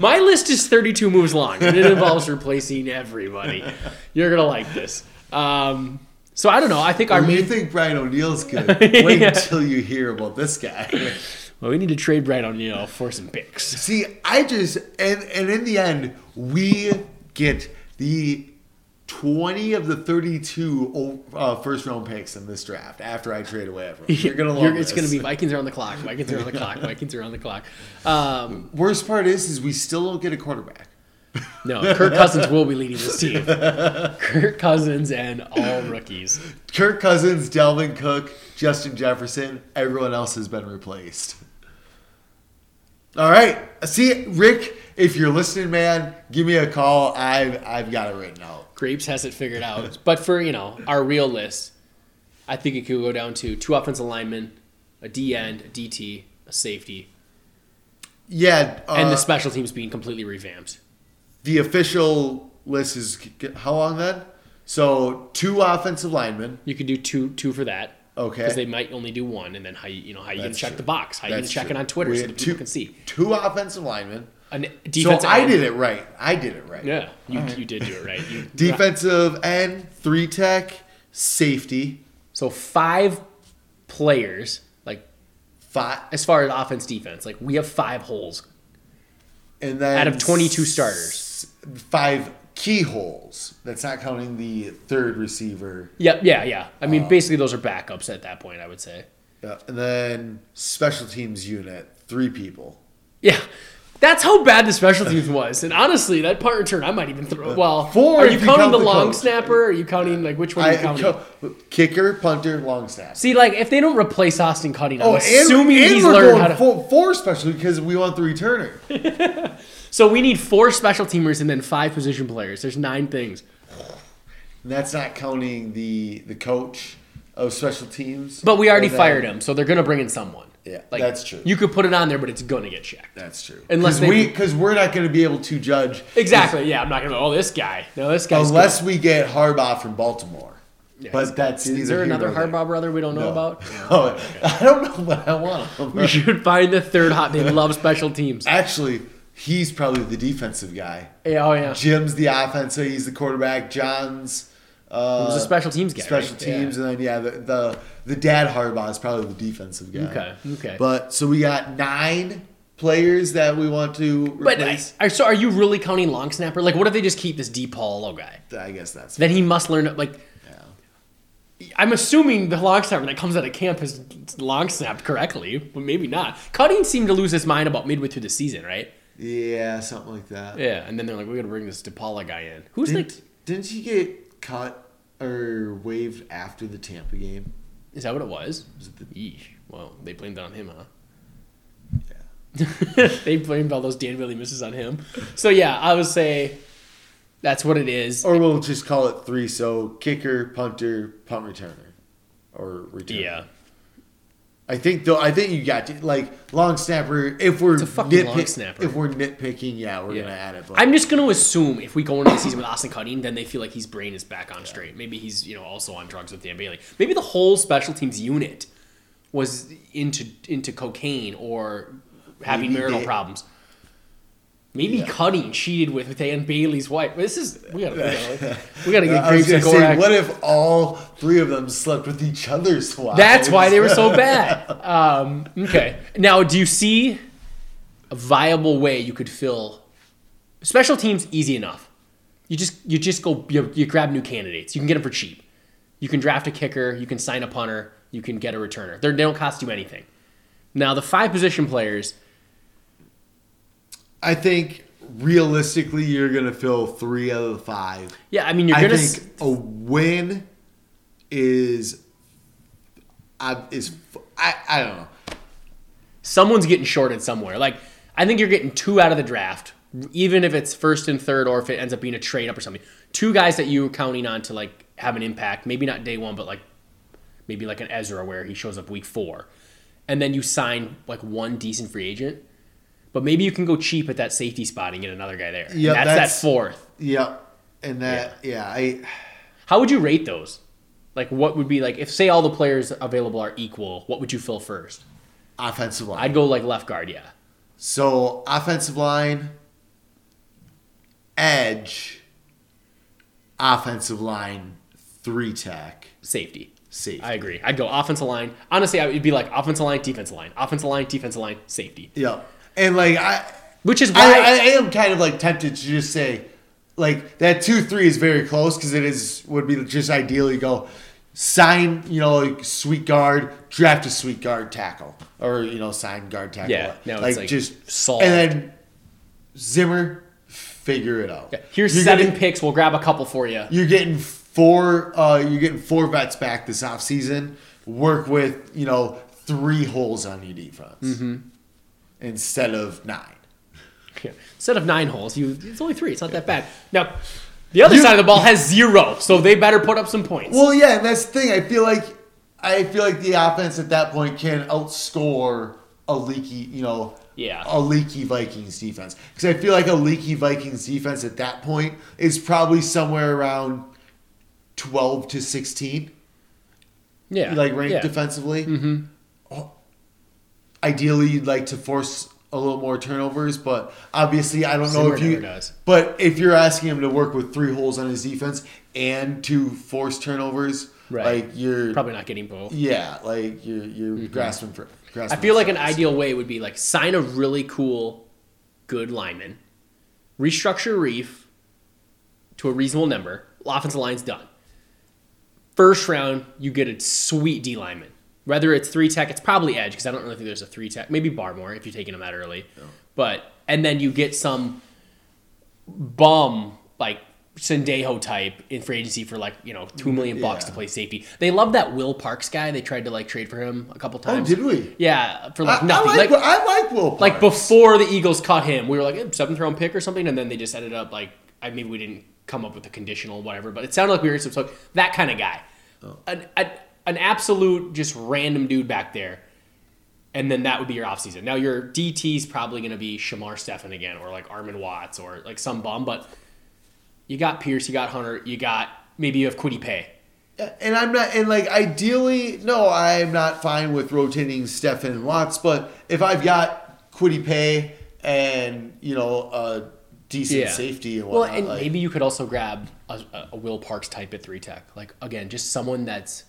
Speaker 3: My list is 32 moves long, and it involves (laughs) replacing everybody. You're gonna like this. Um, so I don't know. I think our
Speaker 2: I mean, you
Speaker 3: main
Speaker 2: think Brian O'Neill's
Speaker 3: (laughs)
Speaker 2: good? Wait until you hear about this guy.
Speaker 3: well, we need to trade Brad O'Neill for some picks.
Speaker 2: See, I just and and in the end, we get the twenty of the thirty-two o- uh, first-round picks in this draft. After I trade away everyone,
Speaker 3: (laughs)
Speaker 2: you're gonna love
Speaker 3: It's
Speaker 2: this.
Speaker 3: gonna be Vikings are on the clock. Vikings are on
Speaker 2: (laughs)
Speaker 3: the clock. Vikings are on the clock. Um,
Speaker 2: Worst part is, is we still don't get a quarterback.
Speaker 3: no, Kirk Cousins will be leading
Speaker 2: (laughs)
Speaker 3: this team. Kirk Cousins and all rookies.
Speaker 2: Kirk Cousins, Delvin Cook, Justin Jefferson, everyone else has been replaced. All right, see Rick, if you're listening, man, give me a call. I've I've got it written out.
Speaker 3: Grapes has it figured out. But for, you know, our real list, I think it could go down to two offensive linemen, a D end, a DT, a safety,
Speaker 2: Yeah, uh,
Speaker 3: and the special teams being completely revamped.
Speaker 2: the official list is how long then? So two offensive linemen.
Speaker 3: You could do two two for that.
Speaker 2: Okay.
Speaker 3: Because they might only do one, and then how you, you know how you can
Speaker 2: That's
Speaker 3: check
Speaker 2: true.
Speaker 3: the box, how you can
Speaker 2: That's
Speaker 3: check
Speaker 2: true.
Speaker 3: it on Twitter,
Speaker 2: We
Speaker 3: so
Speaker 2: had
Speaker 3: that
Speaker 2: two-
Speaker 3: people can see.
Speaker 2: Two offensive linemen.
Speaker 3: An
Speaker 2: So
Speaker 3: defensive
Speaker 2: I
Speaker 3: end-
Speaker 2: did it right. I did it right.
Speaker 3: Yeah, you, you did do it right.
Speaker 2: (laughs)
Speaker 3: You-
Speaker 2: Defensive end, three tech, safety,
Speaker 3: So five players, like
Speaker 2: five,
Speaker 3: as far as offense defense, like we have five holes.
Speaker 2: and then
Speaker 3: Out of 22 starters.
Speaker 2: s- five keyholes. That's not counting the third receiver.
Speaker 3: Yep, yeah, yeah. I mean, basically those are backups at that point. I would say.
Speaker 2: Yeah. And then special teams unit, three people.
Speaker 3: Yeah. That's how bad the
Speaker 2: (laughs)
Speaker 3: special teams was, and honestly, that punt return I might even throw. Well,
Speaker 2: Four
Speaker 3: are
Speaker 2: if
Speaker 3: you
Speaker 2: you
Speaker 3: counting
Speaker 2: count
Speaker 3: the,
Speaker 2: the
Speaker 3: long
Speaker 2: coach.
Speaker 3: snapper? Or are you counting like which one are
Speaker 2: I,
Speaker 3: you counting?
Speaker 2: co- kicker, punter, long snap.
Speaker 3: See, like if they don't replace Austin Cutting, I'm
Speaker 2: Oh, and,
Speaker 3: assuming
Speaker 2: and
Speaker 3: he's
Speaker 2: we're
Speaker 3: learned
Speaker 2: going
Speaker 3: how to.
Speaker 2: full- four special because we want the returner.
Speaker 3: so we need four special teamers and then five position players. There's nine things.
Speaker 2: And that's not counting the the coach of special teams.
Speaker 3: But we already
Speaker 2: And then-
Speaker 3: fired him, so they're gonna bring in someone.
Speaker 2: Yeah,
Speaker 3: Like
Speaker 2: that's true.
Speaker 3: You could put it on there, but it's gonna get checked.
Speaker 2: that's true. Unless
Speaker 3: Unless they-
Speaker 2: we, because we're not going to be able to judge
Speaker 3: Exactly. Yeah, I'm not gonna. Oh, this guy. No, this guy's.
Speaker 2: unless we get Harbaugh from Baltimore.
Speaker 3: good. Yeah.
Speaker 2: But that's
Speaker 3: is there another
Speaker 2: Harbaugh?
Speaker 3: Harbaugh brother we don't know about? (laughs)
Speaker 2: (laughs) Oh, I don't know what I want. him.
Speaker 3: We should find the third hot. They love
Speaker 2: (laughs)
Speaker 3: special teams.
Speaker 2: Actually, he's probably the defensive guy.
Speaker 3: Yeah, oh yeah.
Speaker 2: Jim's the offense, so he's the quarterback. John's uh,
Speaker 3: He was a special teams guy,
Speaker 2: Special
Speaker 3: right?
Speaker 2: teams, and then yeah, the, the the dad Harbaugh is probably the defensive guy.
Speaker 3: Okay, okay.
Speaker 2: But so we got nine players that we want to
Speaker 3: But I,
Speaker 2: replace.
Speaker 3: I- so are you really counting long snapper? Like, what if they just keep this D Paulo guy?
Speaker 2: I, guess that's
Speaker 3: Then he must learn. Like, I'm assuming the long snapper that comes out of camp has long snapped correctly, but maybe not. Cutting seemed to lose his mind about midway through the season, right?
Speaker 2: yeah, something like that.
Speaker 3: Yeah, and then they're like, we gotta bring this DePaula guy in. Who's like,
Speaker 2: Didn't, didn't he get cut or waived after the Tampa game?
Speaker 3: is that what it was?
Speaker 2: Was it the-
Speaker 3: Yeesh. Well, they blamed it on him, huh?
Speaker 2: yeah.
Speaker 3: they blamed all those Dan Bailey misses on him. So yeah, I would say that's what it is.
Speaker 2: Or we'll just call it three. So kicker, punter, punt returner, or returner.
Speaker 3: yeah.
Speaker 2: I think though. I think you got to, like long snapper. If we're
Speaker 3: a fucking long
Speaker 2: nitpick-
Speaker 3: snapper.
Speaker 2: If we're nitpicking, yeah, we're
Speaker 3: Yeah.
Speaker 2: gonna add it. But
Speaker 3: I'm just going to assume if we go into the season with Austin Cutting, then they feel like his brain is back on straight. Maybe he's you know also on drugs with Dan Bailey. Maybe the whole special teams unit was into into cocaine or having
Speaker 2: Maybe
Speaker 3: marital
Speaker 2: they-
Speaker 3: problems. Maybe
Speaker 2: Yeah.
Speaker 3: Cutting cheated with Dan Bailey's wife. This is we gotta we gotta, we gotta
Speaker 2: (laughs)
Speaker 3: get
Speaker 2: I was
Speaker 3: Grapes
Speaker 2: gonna
Speaker 3: and
Speaker 2: say,
Speaker 3: Gorak.
Speaker 2: what if all three of them slept with each other's wives?
Speaker 3: That's why they were so bad. Um, okay. Now, do you see a viable way you could fill special teams? Easy enough. You just you just go you, you grab new candidates. You can get them for cheap. You can draft a kicker. You can sign a punter. You can get a returner. They're, they don't cost you anything. Now, the five position players.
Speaker 2: I think realistically, you're gonna fill three out of the five.
Speaker 3: Yeah, I mean you're
Speaker 2: I
Speaker 3: gonna. s-
Speaker 2: think a win is. I is I I don't know.
Speaker 3: someone's getting shorted somewhere. Like I think you're getting two out of the draft, even if it's first and third, or if it ends up being a trade up or something. Two guys that you were counting on to like have an impact, maybe not day one, but like maybe like an Ezra where he shows up week four, and then you sign like one decent free agent. But maybe you can go cheap at that safety spot and get another guy there.
Speaker 2: Yeah,
Speaker 3: Yeah, that's,
Speaker 2: that's-
Speaker 3: that fourth.
Speaker 2: Yep. And that yeah I.
Speaker 3: How would you rate those? Like, what would be like if say all the players available are equal? What would you fill first?
Speaker 2: offensive line.
Speaker 3: I'd go like left guard. Yeah,
Speaker 2: so offensive line, edge, offensive line, three tack,
Speaker 3: safety.
Speaker 2: safety.
Speaker 3: I agree. I'd go offensive line. Honestly, I would be like offensive line, defensive line, offensive line, defensive line, safety.
Speaker 2: yep. And like I,
Speaker 3: Which is
Speaker 2: I,
Speaker 3: why
Speaker 2: I am kind of like tempted to just say, like that two three is very close because it is would be just ideally go sign you know like sweet guard draft a sweet guard tackle or you know sign guard tackle
Speaker 3: Yeah, no, it's like
Speaker 2: just
Speaker 3: solved.
Speaker 2: and then Zimmer figure it out.
Speaker 3: here's
Speaker 2: You're
Speaker 3: seven
Speaker 2: gonna-
Speaker 3: picks. We'll grab a couple for you.
Speaker 2: you're getting four uh, you're getting four vets back this offseason work with you know three holes on your defense instead of nine
Speaker 3: Yeah. Instead of nine holes, you it's only three. It's not that bad. Now, the other side of the ball has zero, so they better put up some points.
Speaker 2: well yeah and that's the thing i feel like i feel like the offense at that point can outscore a leaky you know
Speaker 3: Yeah.
Speaker 2: a leaky vikings defense because i feel like a leaky vikings defense at that point is probably somewhere around 12 to 16
Speaker 3: yeah,
Speaker 2: like ranked
Speaker 3: yeah. Mm-hmm.
Speaker 2: defensively. Oh, Ideally, you'd like to force a little more turnovers, but obviously, I don't know
Speaker 3: Zimmer
Speaker 2: if you.
Speaker 3: never does.
Speaker 2: But if you're asking him to work with three holes on his defense and to force turnovers,
Speaker 3: Right.
Speaker 2: like you're
Speaker 3: Probably not getting both.
Speaker 2: yeah, like you're you're grasping for.
Speaker 3: I
Speaker 2: Grasping
Speaker 3: feel
Speaker 2: for
Speaker 3: like an
Speaker 2: straws.
Speaker 3: ideal way would be like sign a really cool, good lineman, restructure Reef to a reasonable number. Offensive line's done. First round, you get a sweet D lineman. Whether it's three tech, it's probably edge because I don't really think there's a three tech. Maybe Barmore if you're taking him out early. But and then you get some bum like Sendejo type in free agency for like you know two million bucks
Speaker 2: Yeah.
Speaker 3: to play safety. They love that Will Parks guy. They tried to like trade for him a couple
Speaker 2: Oh,
Speaker 3: times.
Speaker 2: did we?
Speaker 3: Yeah, for
Speaker 2: I,
Speaker 3: like
Speaker 2: I
Speaker 3: nothing.
Speaker 2: like,
Speaker 3: like like,
Speaker 2: I like Will. Parks.
Speaker 3: before the Eagles caught him, we were like eh, seventh round pick or something, and then they just ended up like I maybe we didn't come up with a conditional whatever, but it sounded like we were some so that
Speaker 2: Oh.
Speaker 3: kind of guy, an, an an absolute just random dude back there, and then that would be your offseason. Now your DT is probably going to be Shamar Stefan again, or like Armin Watts, or like some bum. But you got Pierce, you got Hunter, you got maybe you have Quiddy Pay.
Speaker 2: And I'm not, and like ideally, no, I'm not fine with rotating Stefan and Watts, but if I've got Quiddy Pay and, you know, a decent safety and
Speaker 3: well,
Speaker 2: whatnot,
Speaker 3: and
Speaker 2: like-
Speaker 3: maybe you could also grab a, a- a Will Parks type at three tech. Like again, just someone that's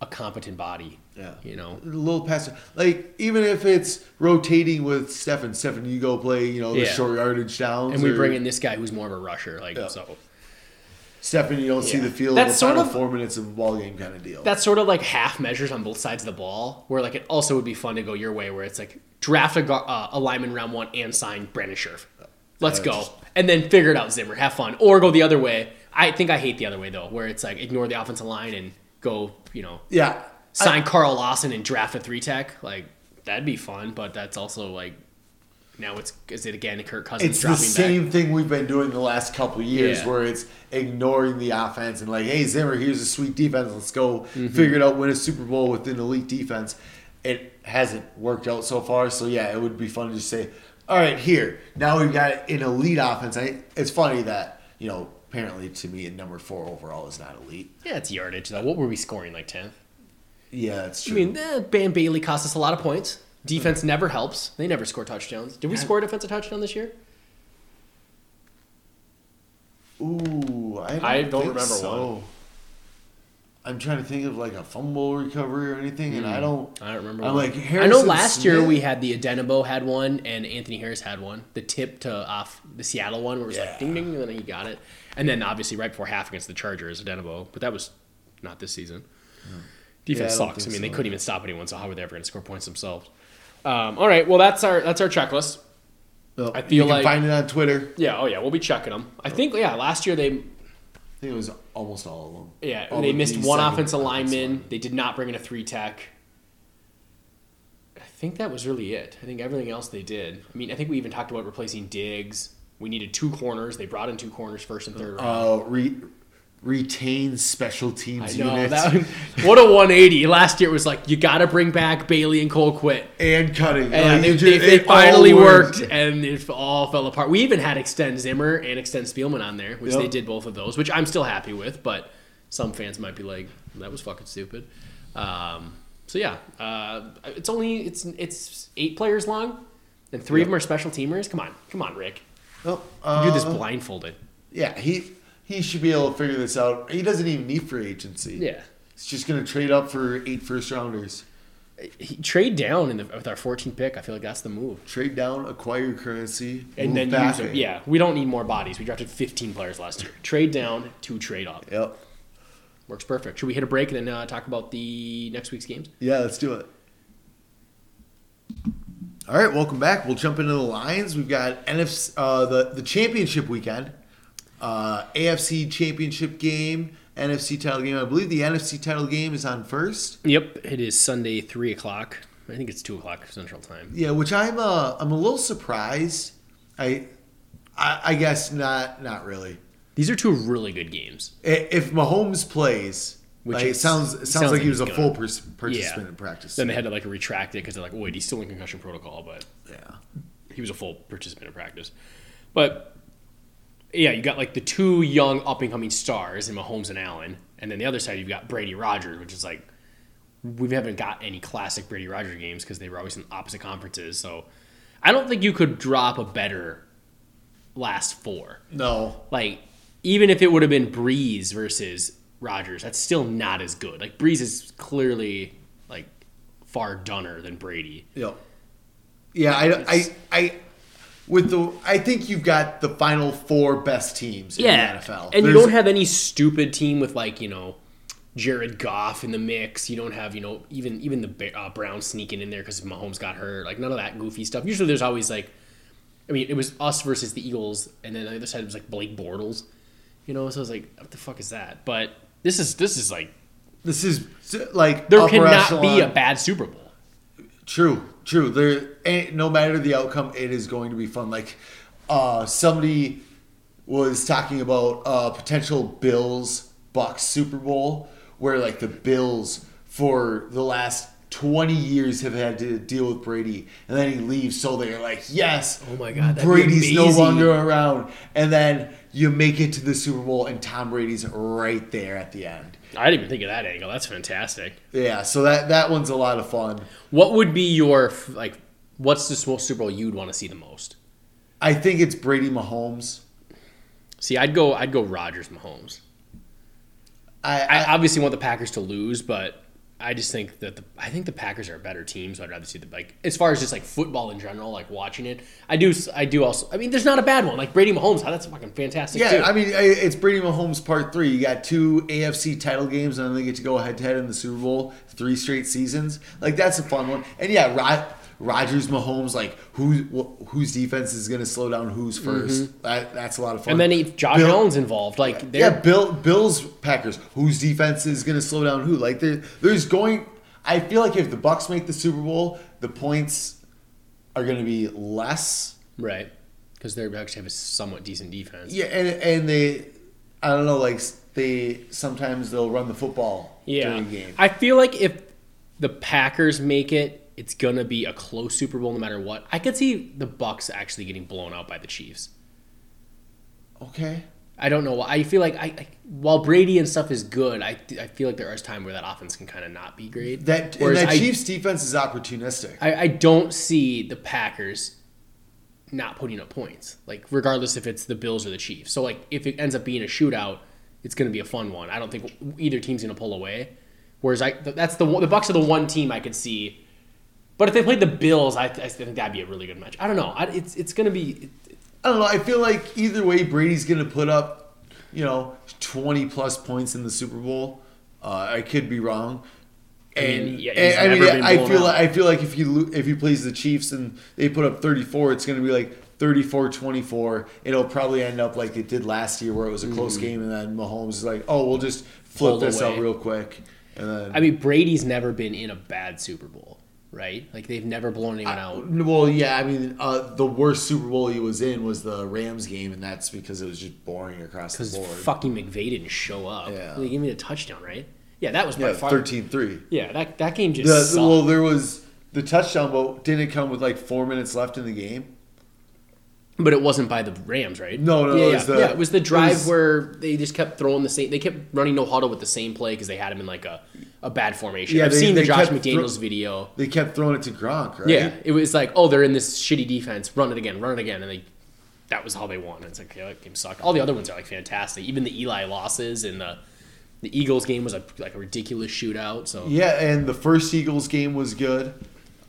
Speaker 3: a competent body.
Speaker 2: Yeah.
Speaker 3: you know.
Speaker 2: a little past like even if it's rotating with Stefan, Stefan, you go play, you know, the
Speaker 3: Yeah.
Speaker 2: short yardage downs.
Speaker 3: And we
Speaker 2: or
Speaker 3: bring in this guy who's more of a rusher. Like so.
Speaker 2: Stefan, you don't see
Speaker 3: Yeah.
Speaker 2: the field
Speaker 3: That's
Speaker 2: the
Speaker 3: sort
Speaker 2: final
Speaker 3: of-
Speaker 2: four minutes of the ball game kind of deal.
Speaker 3: that's sort of like half measures on both sides of the ball. Where like it also would be fun to go your way, where it's like draft a, gu- uh, a lineman round one and sign Brandon Scherf. Let's
Speaker 2: Uh,
Speaker 3: go,
Speaker 2: just-
Speaker 3: and then figure it out, Zimmer. Have fun, or go the other way. I think I hate the other way though, where it's like ignore the offensive line and go, you know,
Speaker 2: yeah.
Speaker 3: sign Carl Lawson and draft a three tech. Like that'd be fun, but that's also like now it's is it again Kirk Cousins
Speaker 2: It's the
Speaker 3: dropping
Speaker 2: same
Speaker 3: back?
Speaker 2: thing we've been doing the last couple of years
Speaker 3: Yeah.
Speaker 2: where it's ignoring the offense and like, hey Zimmer, here's a sweet defense, let's go
Speaker 3: Mm-hmm.
Speaker 2: figure it out, win a Super Bowl with an elite defense. It hasn't worked out so far, so yeah, it would be fun to just say, All right, here. Now we've got an elite offense. I, it's funny that, you know, apparently to me at number four overall is not elite.
Speaker 3: Yeah, it's yardage though. What were we scoring like tenth?
Speaker 2: Yeah, it's
Speaker 3: I
Speaker 2: true.
Speaker 3: mean, eh, Bam Bailey cost us a lot of points.
Speaker 2: Mm-hmm.
Speaker 3: Defense never helps. They never score touchdowns. Did we score a defensive touchdown this year?
Speaker 2: Ooh, I don't,
Speaker 3: I don't
Speaker 2: think
Speaker 3: remember
Speaker 2: so.
Speaker 3: one.
Speaker 2: I'm trying to think of like a fumble recovery or anything, and I don't.
Speaker 3: Hmm. I don't remember.
Speaker 2: I'm
Speaker 3: one.
Speaker 2: like
Speaker 3: I know
Speaker 2: Harrison
Speaker 3: last year
Speaker 2: Smith-
Speaker 3: we had the Adenabo had one and Anthony Harris had one. The tip to off the Seattle one where it was
Speaker 2: Yeah.
Speaker 3: like ding ding and then he got it. And then obviously right before half against the Chargers, Adenabo, but that was not this season. Defense
Speaker 2: Yeah, I don't
Speaker 3: sucks. I
Speaker 2: think
Speaker 3: mean, they
Speaker 2: so.
Speaker 3: couldn't even stop anyone, so how were they ever going to score points themselves? Um, all right, well that's our that's our checklist.
Speaker 2: Well,
Speaker 3: I feel
Speaker 2: you
Speaker 3: like-
Speaker 2: can find it on Twitter.
Speaker 3: Yeah, oh yeah, we'll be checking them. I think yeah, last year they
Speaker 2: I think it was almost all of them.
Speaker 3: Yeah,
Speaker 2: All
Speaker 3: they
Speaker 2: of
Speaker 3: missed
Speaker 2: the
Speaker 3: one
Speaker 2: second offensive
Speaker 3: offensive lineman.
Speaker 2: linemen.
Speaker 3: They did not bring in a three tech. I think that was really it. I think everything else they did. I mean, I think we even talked about replacing Diggs. We needed two corners. They brought in two corners, first and third round.
Speaker 2: Uh, re- retain special teams
Speaker 3: I know
Speaker 2: units
Speaker 3: that. (laughs) What a 180! Last year was like you got to bring back Bailey and Cole quit.
Speaker 2: and cutting.
Speaker 3: And
Speaker 2: Like,
Speaker 3: they,
Speaker 2: you ju-
Speaker 3: they- they
Speaker 2: it all
Speaker 3: finally worked, and it all fell apart. We even had extend Zimmer and extend Spielman on there, which
Speaker 2: Yep.
Speaker 3: they did both of those, which I'm still happy with. But some fans might be like, "That was fucking stupid." Um, so yeah, uh, it's only it's it's eight players long, and three of them are special teamers. Come on, come on, Rick,
Speaker 2: Nope.
Speaker 3: you do this
Speaker 2: Uh,
Speaker 3: blindfolded.
Speaker 2: Yeah, he he should be able to figure this out. He doesn't even need free agency.
Speaker 3: Yeah,
Speaker 2: he's just gonna trade up for eight first rounders.
Speaker 3: he, trade down in the, with our 14th pick. I feel like that's the move.
Speaker 2: Trade down, acquire currency,
Speaker 3: And
Speaker 2: move
Speaker 3: then
Speaker 2: back
Speaker 3: use them.
Speaker 2: in.
Speaker 3: Yeah, we don't need more bodies. We drafted 15 players last year. Trade down to trade up.
Speaker 2: Yep.
Speaker 3: Works perfect. Should we hit a break and then uh, talk about the next week's games?
Speaker 2: Yeah, let's do it. All right, welcome back. We'll jump into the lines. We've got NFC, uh, the the championship weekend, uh, AFC championship game, NFC title game. I believe the NFC title game is on first.
Speaker 3: Yep, it is Sunday, three o'clock. I think it's two o'clock Central Time.
Speaker 2: Yeah, which I'm uh, I'm a little surprised. I, I I guess not not really.
Speaker 3: These are two really good games.
Speaker 2: I- If Mahomes plays,
Speaker 3: Which
Speaker 2: like,
Speaker 3: is-
Speaker 2: it sounds it sounds, like, he was
Speaker 3: he's
Speaker 2: a
Speaker 3: gonna.
Speaker 2: full pers- participant in practice.
Speaker 3: Then they had to like retract it because they're like, wait, he's still in concussion protocol, but
Speaker 2: yeah.
Speaker 3: he was a full participant in practice. But yeah, you got like the two young up and coming stars in Mahomes and Allen, and then the other side you've got Brady Rogers, which is like we haven't got any classic Brady Rogers games because they were always in opposite conferences. So I don't think you could drop a better last four.
Speaker 2: No,
Speaker 3: Like even if it would have been Breeze versus Rogers, that's still not as good. Like Breeze is clearly like far dunner than Brady.
Speaker 2: Yep. Yeah, I, I, I, with the, I think you've got the final four best teams in the
Speaker 3: yeah.
Speaker 2: NFL.
Speaker 3: And you
Speaker 2: There's-
Speaker 3: don't have any stupid team with like you know Jared Goff in the mix. You don't have you know even even the Ba- uh, Browns sneaking in there because Mahomes got hurt. Like none of that goofy stuff. Usually there's always like, I mean, it was us versus the Eagles, and then on the other side it was like Blake Bortles. You know, so I was like, what the fuck is that? But this is this is like
Speaker 2: This is like
Speaker 3: there
Speaker 2: upper
Speaker 3: cannot be a
Speaker 2: echelon.
Speaker 3: bad Super Bowl.
Speaker 2: True, true. There, and no matter the outcome, it is going to be fun. Like, uh, somebody was talking about uh, potential Bills Bucks Super Bowl, where like the Bills for the last 20 years have had to deal with Brady, and then he leaves, so they're like, yes,
Speaker 3: Oh my God, that'd be
Speaker 2: Brady's no
Speaker 3: amazing.
Speaker 2: longer around. And then you make it to the Super Bowl, and Tom Brady's right there at the end.
Speaker 3: I didn't even think of that angle. That's fantastic.
Speaker 2: Yeah, so that, that one's a lot of fun.
Speaker 3: What would be your f- like? What's the small Super Bowl you'd want to see the most?
Speaker 2: I think it's Brady Mahomes.
Speaker 3: See, I'd go. I'd go Rogers Mahomes.
Speaker 2: I, I,
Speaker 3: I obviously want the Packers to lose, but I just think that the I think the Packers are a better team, so I'd rather see the like as far as just like football in general, like watching it. I do. I do also. I mean, there's not a bad one like Brady Mahomes. That's fucking fantastic.
Speaker 2: yeah,
Speaker 3: too.
Speaker 2: I mean, I, it's Brady Mahomes part three. You got two AFC title games, and then they get to go head to head in the Super Bowl three straight seasons. Like that's a fun one. And yeah, Rod, Rodgers, Mahomes, like who wh- whose defense is going to slow down who's 1st That, that's a lot of fun.
Speaker 3: Mm-hmm. and then if Josh
Speaker 2: Bill-
Speaker 3: Allen's involved, like they're
Speaker 2: yeah, Bill, Bills, Packers. Whose defense is going to slow down who? Like there, there's going. I feel like if the Bucks make the Super Bowl, the points are going to be less.
Speaker 3: right because they actually have a somewhat decent defense.
Speaker 2: Yeah, and and they, I don't know, like they sometimes they'll run the football during the game.
Speaker 3: I feel like if the Packers make it, it's gonna be a close Super Bowl no matter what. I could see the Bucks actually getting blown out by the Chiefs.
Speaker 2: okay,
Speaker 3: I don't know. why. I feel like I, I while Brady and stuff is good, I, I feel like there is time where that offense can kind of not be great.
Speaker 2: that and
Speaker 3: Whereas
Speaker 2: that
Speaker 3: I,
Speaker 2: Chiefs defense is opportunistic.
Speaker 3: I, I don't see the Packers not putting up points, like regardless if it's the Bills or the Chiefs. So like if it ends up being a shootout, it's going to be a fun one. I don't think either team's going to pull away. Whereas I th- that's the one, the Bucks are the one team I could see. But if they played the Bills, I, I think that'd be a really good match. I don't know. I, it's it's going to be
Speaker 2: I don't know. I feel like either way, Brady's going to put up, you know, twenty plus points in the Super Bowl. Uh, I could be wrong. And,
Speaker 3: mean, yeah, he's
Speaker 2: and- I mean,
Speaker 3: never been
Speaker 2: I
Speaker 3: blown
Speaker 2: feel
Speaker 3: out.
Speaker 2: like, I feel like if he lo- if he plays the Chiefs and they put up 34, it's going to be like 34-24. It'll probably end up like it did last year, where it was a close
Speaker 3: Mm-hmm.
Speaker 2: game, and then Mahomes is like, "Oh, we'll just flip
Speaker 3: Pull
Speaker 2: this
Speaker 3: away.
Speaker 2: out real quick." And then,
Speaker 3: I mean Brady's never been in a bad Super Bowl, right? Like they've never blown anyone out.
Speaker 2: well, yeah, I mean, uh, the worst Super Bowl he was in was the Rams game, and that's because it was just boring across the
Speaker 3: because
Speaker 2: board.
Speaker 3: fucking McVay didn't show up.
Speaker 2: Yeah.
Speaker 3: They gave me the touchdown, right? Yeah, that was by
Speaker 2: yeah,
Speaker 3: far.
Speaker 2: 13-3.
Speaker 3: Yeah, that, that game just
Speaker 2: The,
Speaker 3: sucked.
Speaker 2: well, there was the touchdown, but didn't it come with like four minutes left in the game?
Speaker 3: but it wasn't by the Rams, right?
Speaker 2: No, no,
Speaker 3: yeah,
Speaker 2: it
Speaker 3: yeah.
Speaker 2: was the-
Speaker 3: yeah, it was the
Speaker 2: it
Speaker 3: drive
Speaker 2: was-
Speaker 3: where they just kept throwing the same. They kept running no huddle with the same play because they had him in like a, a bad formation.
Speaker 2: Yeah,
Speaker 3: I've
Speaker 2: they-
Speaker 3: seen
Speaker 2: they
Speaker 3: the Josh
Speaker 2: kept
Speaker 3: McDaniels
Speaker 2: thro-
Speaker 3: video.
Speaker 2: They kept throwing it to Gronk, right?
Speaker 3: Yeah, it was like, oh, they're in this shitty defense. Run it again, run it again, and they. That was how they won. It's like okay, that game sucked. All the other ones are like fantastic. Even the Eli losses and the the Eagles game was a, like a ridiculous shootout. So
Speaker 2: Yeah, and the first Eagles game was good.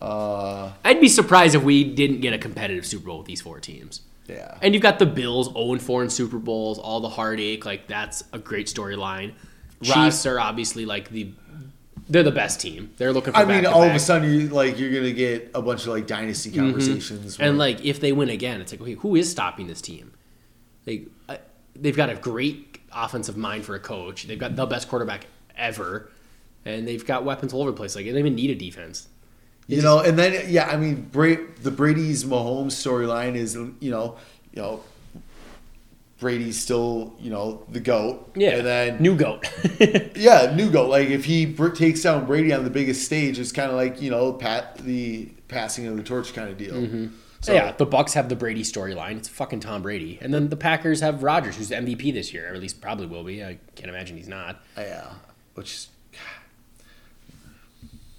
Speaker 2: Uh,
Speaker 3: I'd be surprised if we didn't get a competitive Super Bowl with these four teams.
Speaker 2: yeah.
Speaker 3: And you've got the Bills 0 4 in Super Bowls, all the heartache. Like, that's a great storyline.
Speaker 2: Right.
Speaker 3: Chiefs are obviously like the. They're the best team. They're looking for.
Speaker 2: I mean,
Speaker 3: back-to-back.
Speaker 2: all of a sudden, you like you're gonna get a bunch of like dynasty conversations.
Speaker 3: Mm-hmm. and
Speaker 2: where-
Speaker 3: like if they win again, it's like okay, who is stopping this team? Like I- they've got a great offensive mind for a coach. They've got the best quarterback ever, and they've got weapons all over the place. Like they don't even need a defense.
Speaker 2: you know, and then yeah, I mean, Bra- the Brady's Mahomes storyline is you know, you know, Brady's still you know the goat.
Speaker 3: Yeah,
Speaker 2: and then
Speaker 3: new goat. (laughs)
Speaker 2: Yeah, new goal. Like if he br- takes down Brady on the biggest stage, it's kind of like you know pat the passing of the torch kind of deal.
Speaker 3: Mm-hmm.
Speaker 2: So
Speaker 3: yeah, the Bucks have the Brady storyline. It's fucking Tom Brady, and then the Packers have Rodgers, who's the MVP this year, or at least probably will be. I can't imagine he's not.
Speaker 2: Uh, yeah, which is,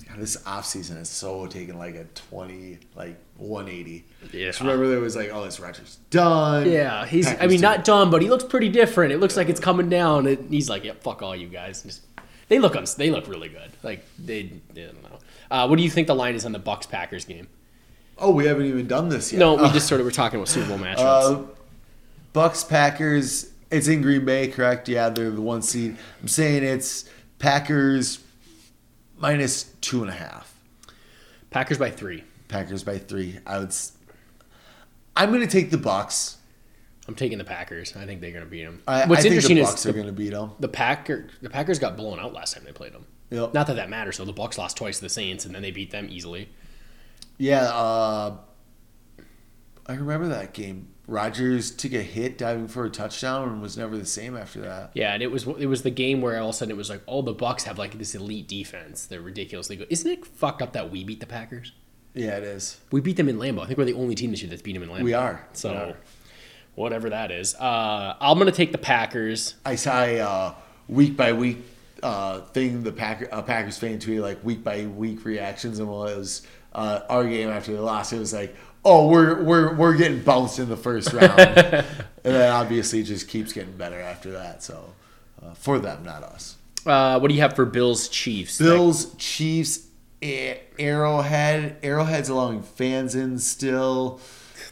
Speaker 2: God, this offseason is so taking like a twenty like one eighty.
Speaker 3: Yeah.
Speaker 2: remember there was like oh this Rogers done.
Speaker 3: Yeah, he's. I
Speaker 2: Packers
Speaker 3: mean,
Speaker 2: too.
Speaker 3: not dumb, but he looks pretty different. It looks like it's coming down. And he's like, "Yep, fuck all you guys." Just, they look uns- They look really good. Like they. I don't know. Uh, what do you think the line is on the Bucks Packers game?
Speaker 2: Oh, we haven't even done this yet.
Speaker 3: No, we just sort of were talking about Super Bowl matchups.
Speaker 2: Uh, Bucks Packers. It's in Green Bay, correct? Yeah, they're the one seed. I'm saying it's Packers minus two and a half.
Speaker 3: Packers by three.
Speaker 2: Packers by three. I would. s- I'm going to take the Bucks.
Speaker 3: I'm taking the Packers. I think they're going to beat them.
Speaker 2: I,
Speaker 3: What's
Speaker 2: I think
Speaker 3: interesting
Speaker 2: the
Speaker 3: is
Speaker 2: Bucks
Speaker 3: the,
Speaker 2: are going to beat them.
Speaker 3: the Packer. The Packers got blown out last time they played them.
Speaker 2: Yep.
Speaker 3: Not that that matters. So the Bucks lost twice to the Saints, and then they beat them easily.
Speaker 2: Yeah, uh, I remember that game. Rodgers took a hit diving for a touchdown and was never the same after that.
Speaker 3: Yeah, and it was it was the game where all of a sudden it was like, oh, the Bucks have like this elite defense. They're ridiculously good. Isn't it fucked up that we beat the Packers?
Speaker 2: Yeah, it is.
Speaker 3: We beat them in Lambeau. I think we're the only team this year that's beat them in Lambeau.
Speaker 2: We are.
Speaker 3: So,
Speaker 2: We are.
Speaker 3: whatever that is, uh, I'm gonna take the Packers.
Speaker 2: I saw a uh, week by week uh, thing. The Packer, a Packers fan tweeted like week by week reactions, and while it was uh, our game after the loss, it was like, oh, we're we're we're getting bounced in the first
Speaker 3: (laughs)
Speaker 2: round, and then obviously it just keeps getting better after that. So uh, for them, not us.
Speaker 3: Uh, what do you have for Bills Chiefs?
Speaker 2: Bills, Chiefs, eh, Arrowhead. Arrowhead's allowing fans in still.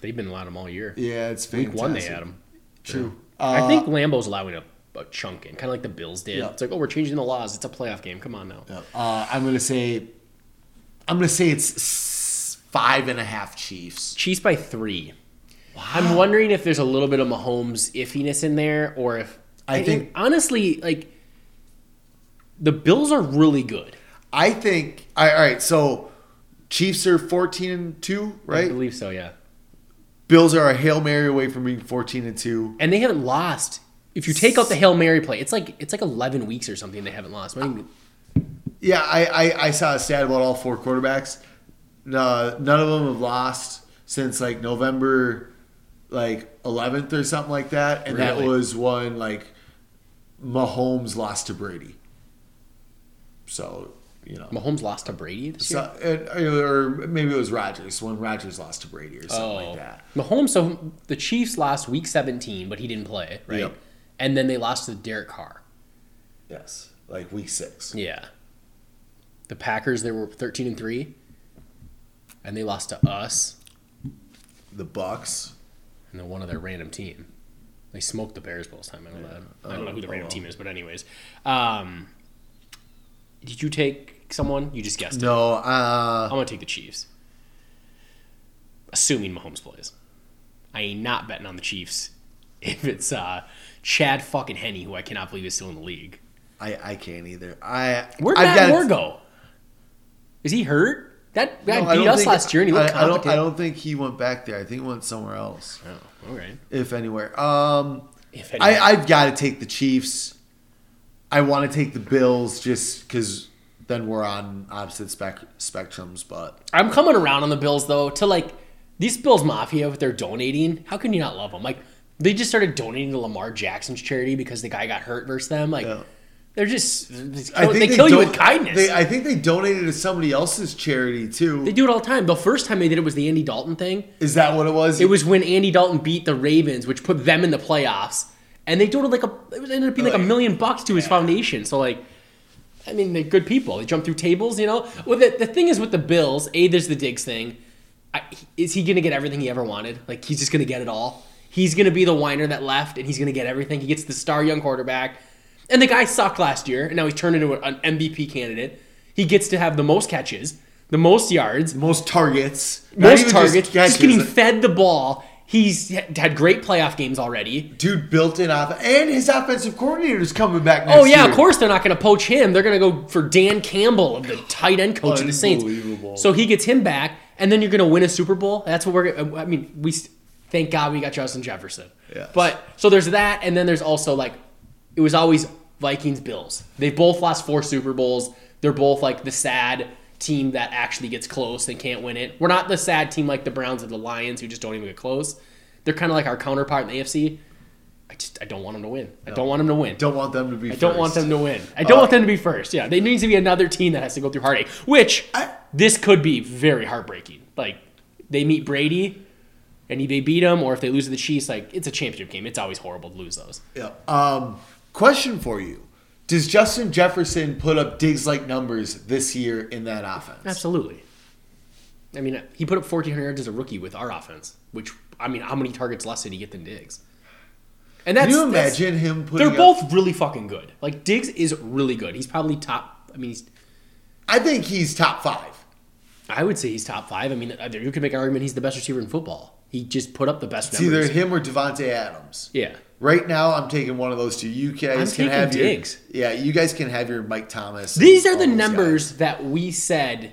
Speaker 3: They've been allowed them all year.
Speaker 2: Yeah, it's
Speaker 3: Week
Speaker 2: fantastic.
Speaker 3: one they had them.
Speaker 2: True.
Speaker 3: I think Lambeau's allowing a, a chunk in, kind of like the Bills did.
Speaker 2: Yeah.
Speaker 3: It's like, oh, we're changing the laws. It's a playoff game. Come on now.
Speaker 2: Uh, I'm gonna say, I'm gonna say it's s- five and a half Chiefs.
Speaker 3: Chiefs by three. I'm wondering if there's a little bit of Mahomes iffiness in there, or if
Speaker 2: I
Speaker 3: and
Speaker 2: think-
Speaker 3: honestly, like the Bills are really good.
Speaker 2: I think. All right, all right, so Chiefs are 14 and two,
Speaker 3: I
Speaker 2: right?
Speaker 3: believe so, yeah.
Speaker 2: Bills are a hail mary away from being 14 and two.
Speaker 3: And they haven't lost. If you take out the hail mary play, it's like it's like 11 weeks or something they haven't lost. I mean,
Speaker 2: Yeah, I, I, I saw a stat about all four quarterbacks. No, none of them have lost since like November, like 11th or something like that, and that
Speaker 3: Really?
Speaker 2: was when like Mahomes lost to Brady. So you know,
Speaker 3: Mahomes lost to Brady this year.
Speaker 2: So, and- or maybe it was Rogers when Rogers lost to Brady or something like that.
Speaker 3: Oh. Mahomes. So the Chiefs lost Week 17, but he didn't play, right?
Speaker 2: Yep.
Speaker 3: And then they lost to Derek Carr.
Speaker 2: Yes, like week six.
Speaker 3: Yeah. The Packers, they were 13 and three, and they lost to us.
Speaker 2: The Bucks.
Speaker 3: and then one other random team. They smoked the Bears both time. I know that. I don't know who the
Speaker 2: Oh,
Speaker 3: random
Speaker 2: well.
Speaker 3: team is, but anyways, um, did you take someone? You just guessed. it.
Speaker 2: No, uh,
Speaker 3: I'm gonna take the Chiefs, assuming Mahomes plays. I ain't not betting on the Chiefs (laughs) if it's uh, Chad fucking Henney, who I cannot believe is still in the league.
Speaker 2: I, I can't either. I
Speaker 3: Where'd
Speaker 2: I've
Speaker 3: Matt
Speaker 2: got-
Speaker 3: Moore go? Is he hurt? That
Speaker 2: No,
Speaker 3: guy
Speaker 2: I
Speaker 3: beat
Speaker 2: don't
Speaker 3: us
Speaker 2: think-
Speaker 3: last year, and he looked
Speaker 2: I, I don't.
Speaker 3: competent.
Speaker 2: I don't think he went back there. I think he went somewhere else,
Speaker 3: Oh, all right.
Speaker 2: if anywhere. Um,
Speaker 3: If
Speaker 2: I,
Speaker 3: anyway.
Speaker 2: I've got to take the Chiefs. I want to take the Bills just because then we're on opposite spec, spectrums. But
Speaker 3: I'm coming around on the Bills though to like these Bills Mafia if they're donating. How can you not love them? Like they just started donating to Lamar Jackson's charity because the guy got hurt versus them. Like
Speaker 2: Yeah.
Speaker 3: they're just they kill, they kill you
Speaker 2: don-
Speaker 3: with kindness.
Speaker 2: They,
Speaker 3: They,
Speaker 2: I think they donated to somebody else's charity too.
Speaker 3: do it all the time. The first time they did it was the Andy Dalton thing.
Speaker 2: Is that what it was?
Speaker 3: It was when Andy Dalton beat the Ravens, which put them in the playoffs, and they donated like a it was- ended up being like a
Speaker 2: Like-
Speaker 3: million bucks to his foundation. So like. I mean, they're good people. They jump through tables, you know. Well, the, the thing is with the Bills, a there's the Diggs thing. I, is he gonna get everything he ever wanted? Like he's just gonna get it all. He's gonna be the whiner that left, and he's gonna get everything. He gets the star young quarterback, and the guy sucked last year, and now he's turned into an MVP candidate. He gets to have the most catches, the most yards,
Speaker 2: most targets. Not
Speaker 3: most
Speaker 2: even
Speaker 3: targets, just,
Speaker 2: catches.
Speaker 3: getting fed the ball. He's had great playoff games already.
Speaker 2: Dude built in off, and his offensive coordinator is coming back. Next
Speaker 3: Oh yeah,
Speaker 2: year.
Speaker 3: of course they're not going to poach him. They're going to go for Dan Campbell of the tight end coach of the Saints.
Speaker 2: Unbelievable.
Speaker 3: So he gets him back, and then you're going to win a Super Bowl. That's what we're. I mean, we thank God we got Justin Jefferson.
Speaker 2: Yes.
Speaker 3: But so there's that, and then there's also like it was always Vikings Bills. They both lost four Super Bowls. They're both like the sad team that actually gets close and can't win it. We're not the sad team like the Browns and the Lions who just don't even get close. They're kind of like our counterpart in the AFC. I just I don't want them to win. I don't want them to win.
Speaker 2: Don't want them to be.
Speaker 3: I don't want them to win. I don't want them to be first. Yeah, there needs to be another team that has to go through heartache, which
Speaker 2: I-
Speaker 3: this could be very heartbreaking. Like they meet Brady, and they beat him, or if they lose to the Chiefs, like it's a championship game. It's always horrible to lose those.
Speaker 2: Um, question for you: Does Justin Jefferson put up digs like numbers this year in that offense?
Speaker 3: Absolutely. I mean, he put up 1,400 yards as a rookie with our offense, which I mean, how many targets less did he get than Diggs? And that's
Speaker 2: Can you
Speaker 3: that's-
Speaker 2: imagine him putting?
Speaker 3: They're
Speaker 2: up-
Speaker 3: both really fucking good. Like Diggs is really good. He's probably top. I mean, he's
Speaker 2: I think he's top five.
Speaker 3: I would say he's top five. I mean, either you could make an argument he's the best receiver in football. He just put up the best
Speaker 2: It's
Speaker 3: numbers.
Speaker 2: either him or Devonte Adams.
Speaker 3: yeah.
Speaker 2: Right now, I'm taking one of those two. You
Speaker 3: I'm
Speaker 2: guys
Speaker 3: taking
Speaker 2: can have
Speaker 3: Diggs.
Speaker 2: your yeah. You guys can have your Mike Thomas. and
Speaker 3: These are
Speaker 2: all
Speaker 3: the
Speaker 2: those
Speaker 3: numbers
Speaker 2: guys.
Speaker 3: that we said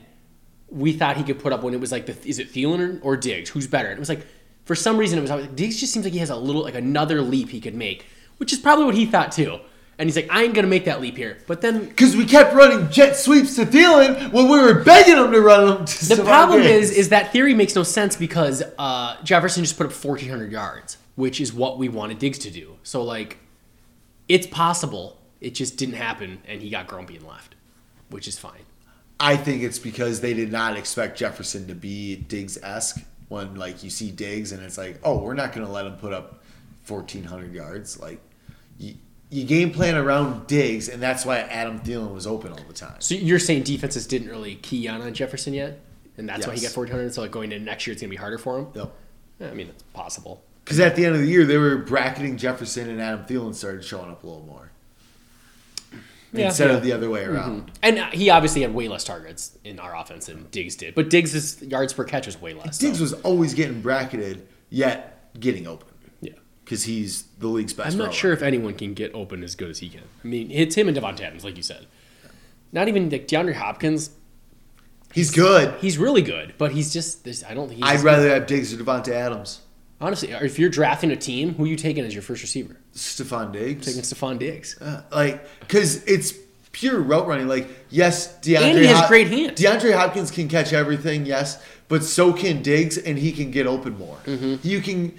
Speaker 3: we thought he could put up when it was like, the, is it Thielen or, or Diggs? Who's better? And it was like For some reason, it was always like, Diggs just seems like he has a little, like another leap he could make, which is probably what he thought too. And he's like, I ain't going to make that leap here. But then
Speaker 2: Because we kept running jet sweeps to Thielen when we were begging him to run them. To
Speaker 3: the
Speaker 2: Stephon
Speaker 3: problem
Speaker 2: Diggs.
Speaker 3: is, is that theory makes no sense because uh, Jefferson just put up 1,400 yards, which is what we wanted Diggs to do. So, like, it's possible. It just didn't happen, and he got grumpy and left, which is fine.
Speaker 2: I think it's because they did not expect Jefferson to be Diggs esque when like you see Diggs and it's like, oh, we're not going to let him put up fourteen hundred yards. Like you, you game plan around Diggs, and that's why Adam Thielen was open all the time.
Speaker 3: So you're saying defenses didn't really key on on Jefferson yet, and that's why he
Speaker 2: Yes.
Speaker 3: got 1,400. So like going into next year, it's gonna be harder for him.
Speaker 2: Yep.
Speaker 3: Yeah, I mean, it's possible.
Speaker 2: Because at the end of the year, they were bracketing Jefferson, and Adam Thielen started showing up a little more instead of the other way around.
Speaker 3: and uh, he obviously had way less targets in our offense than Diggs did, but Diggs' yards per catch was way less. so-
Speaker 2: Diggs was always getting bracketed, yet getting open
Speaker 3: yeah.
Speaker 2: because he's the league's best.
Speaker 3: I'm
Speaker 2: rower.
Speaker 3: not sure if anyone can get open as good as he can. I mean, it's him and Devontae Adams, like you said. Not even like DeAndre Hopkins.
Speaker 2: he's good.
Speaker 3: He's really good, but he's just. This, I don't think. He's
Speaker 2: I'd rather have Diggs or Devonta Adams.
Speaker 3: honestly, if you're drafting a team, who you taking as your first receiver?
Speaker 2: Stephon Diggs.
Speaker 3: Taking Stephon Diggs.
Speaker 2: Uh, like because it's pure route running. Like yes, DeAndre
Speaker 3: And he has
Speaker 2: Hop-
Speaker 3: great hands.
Speaker 2: DeAndre Hopkins can catch everything, yes, but so can Diggs, and he can get open more. You can.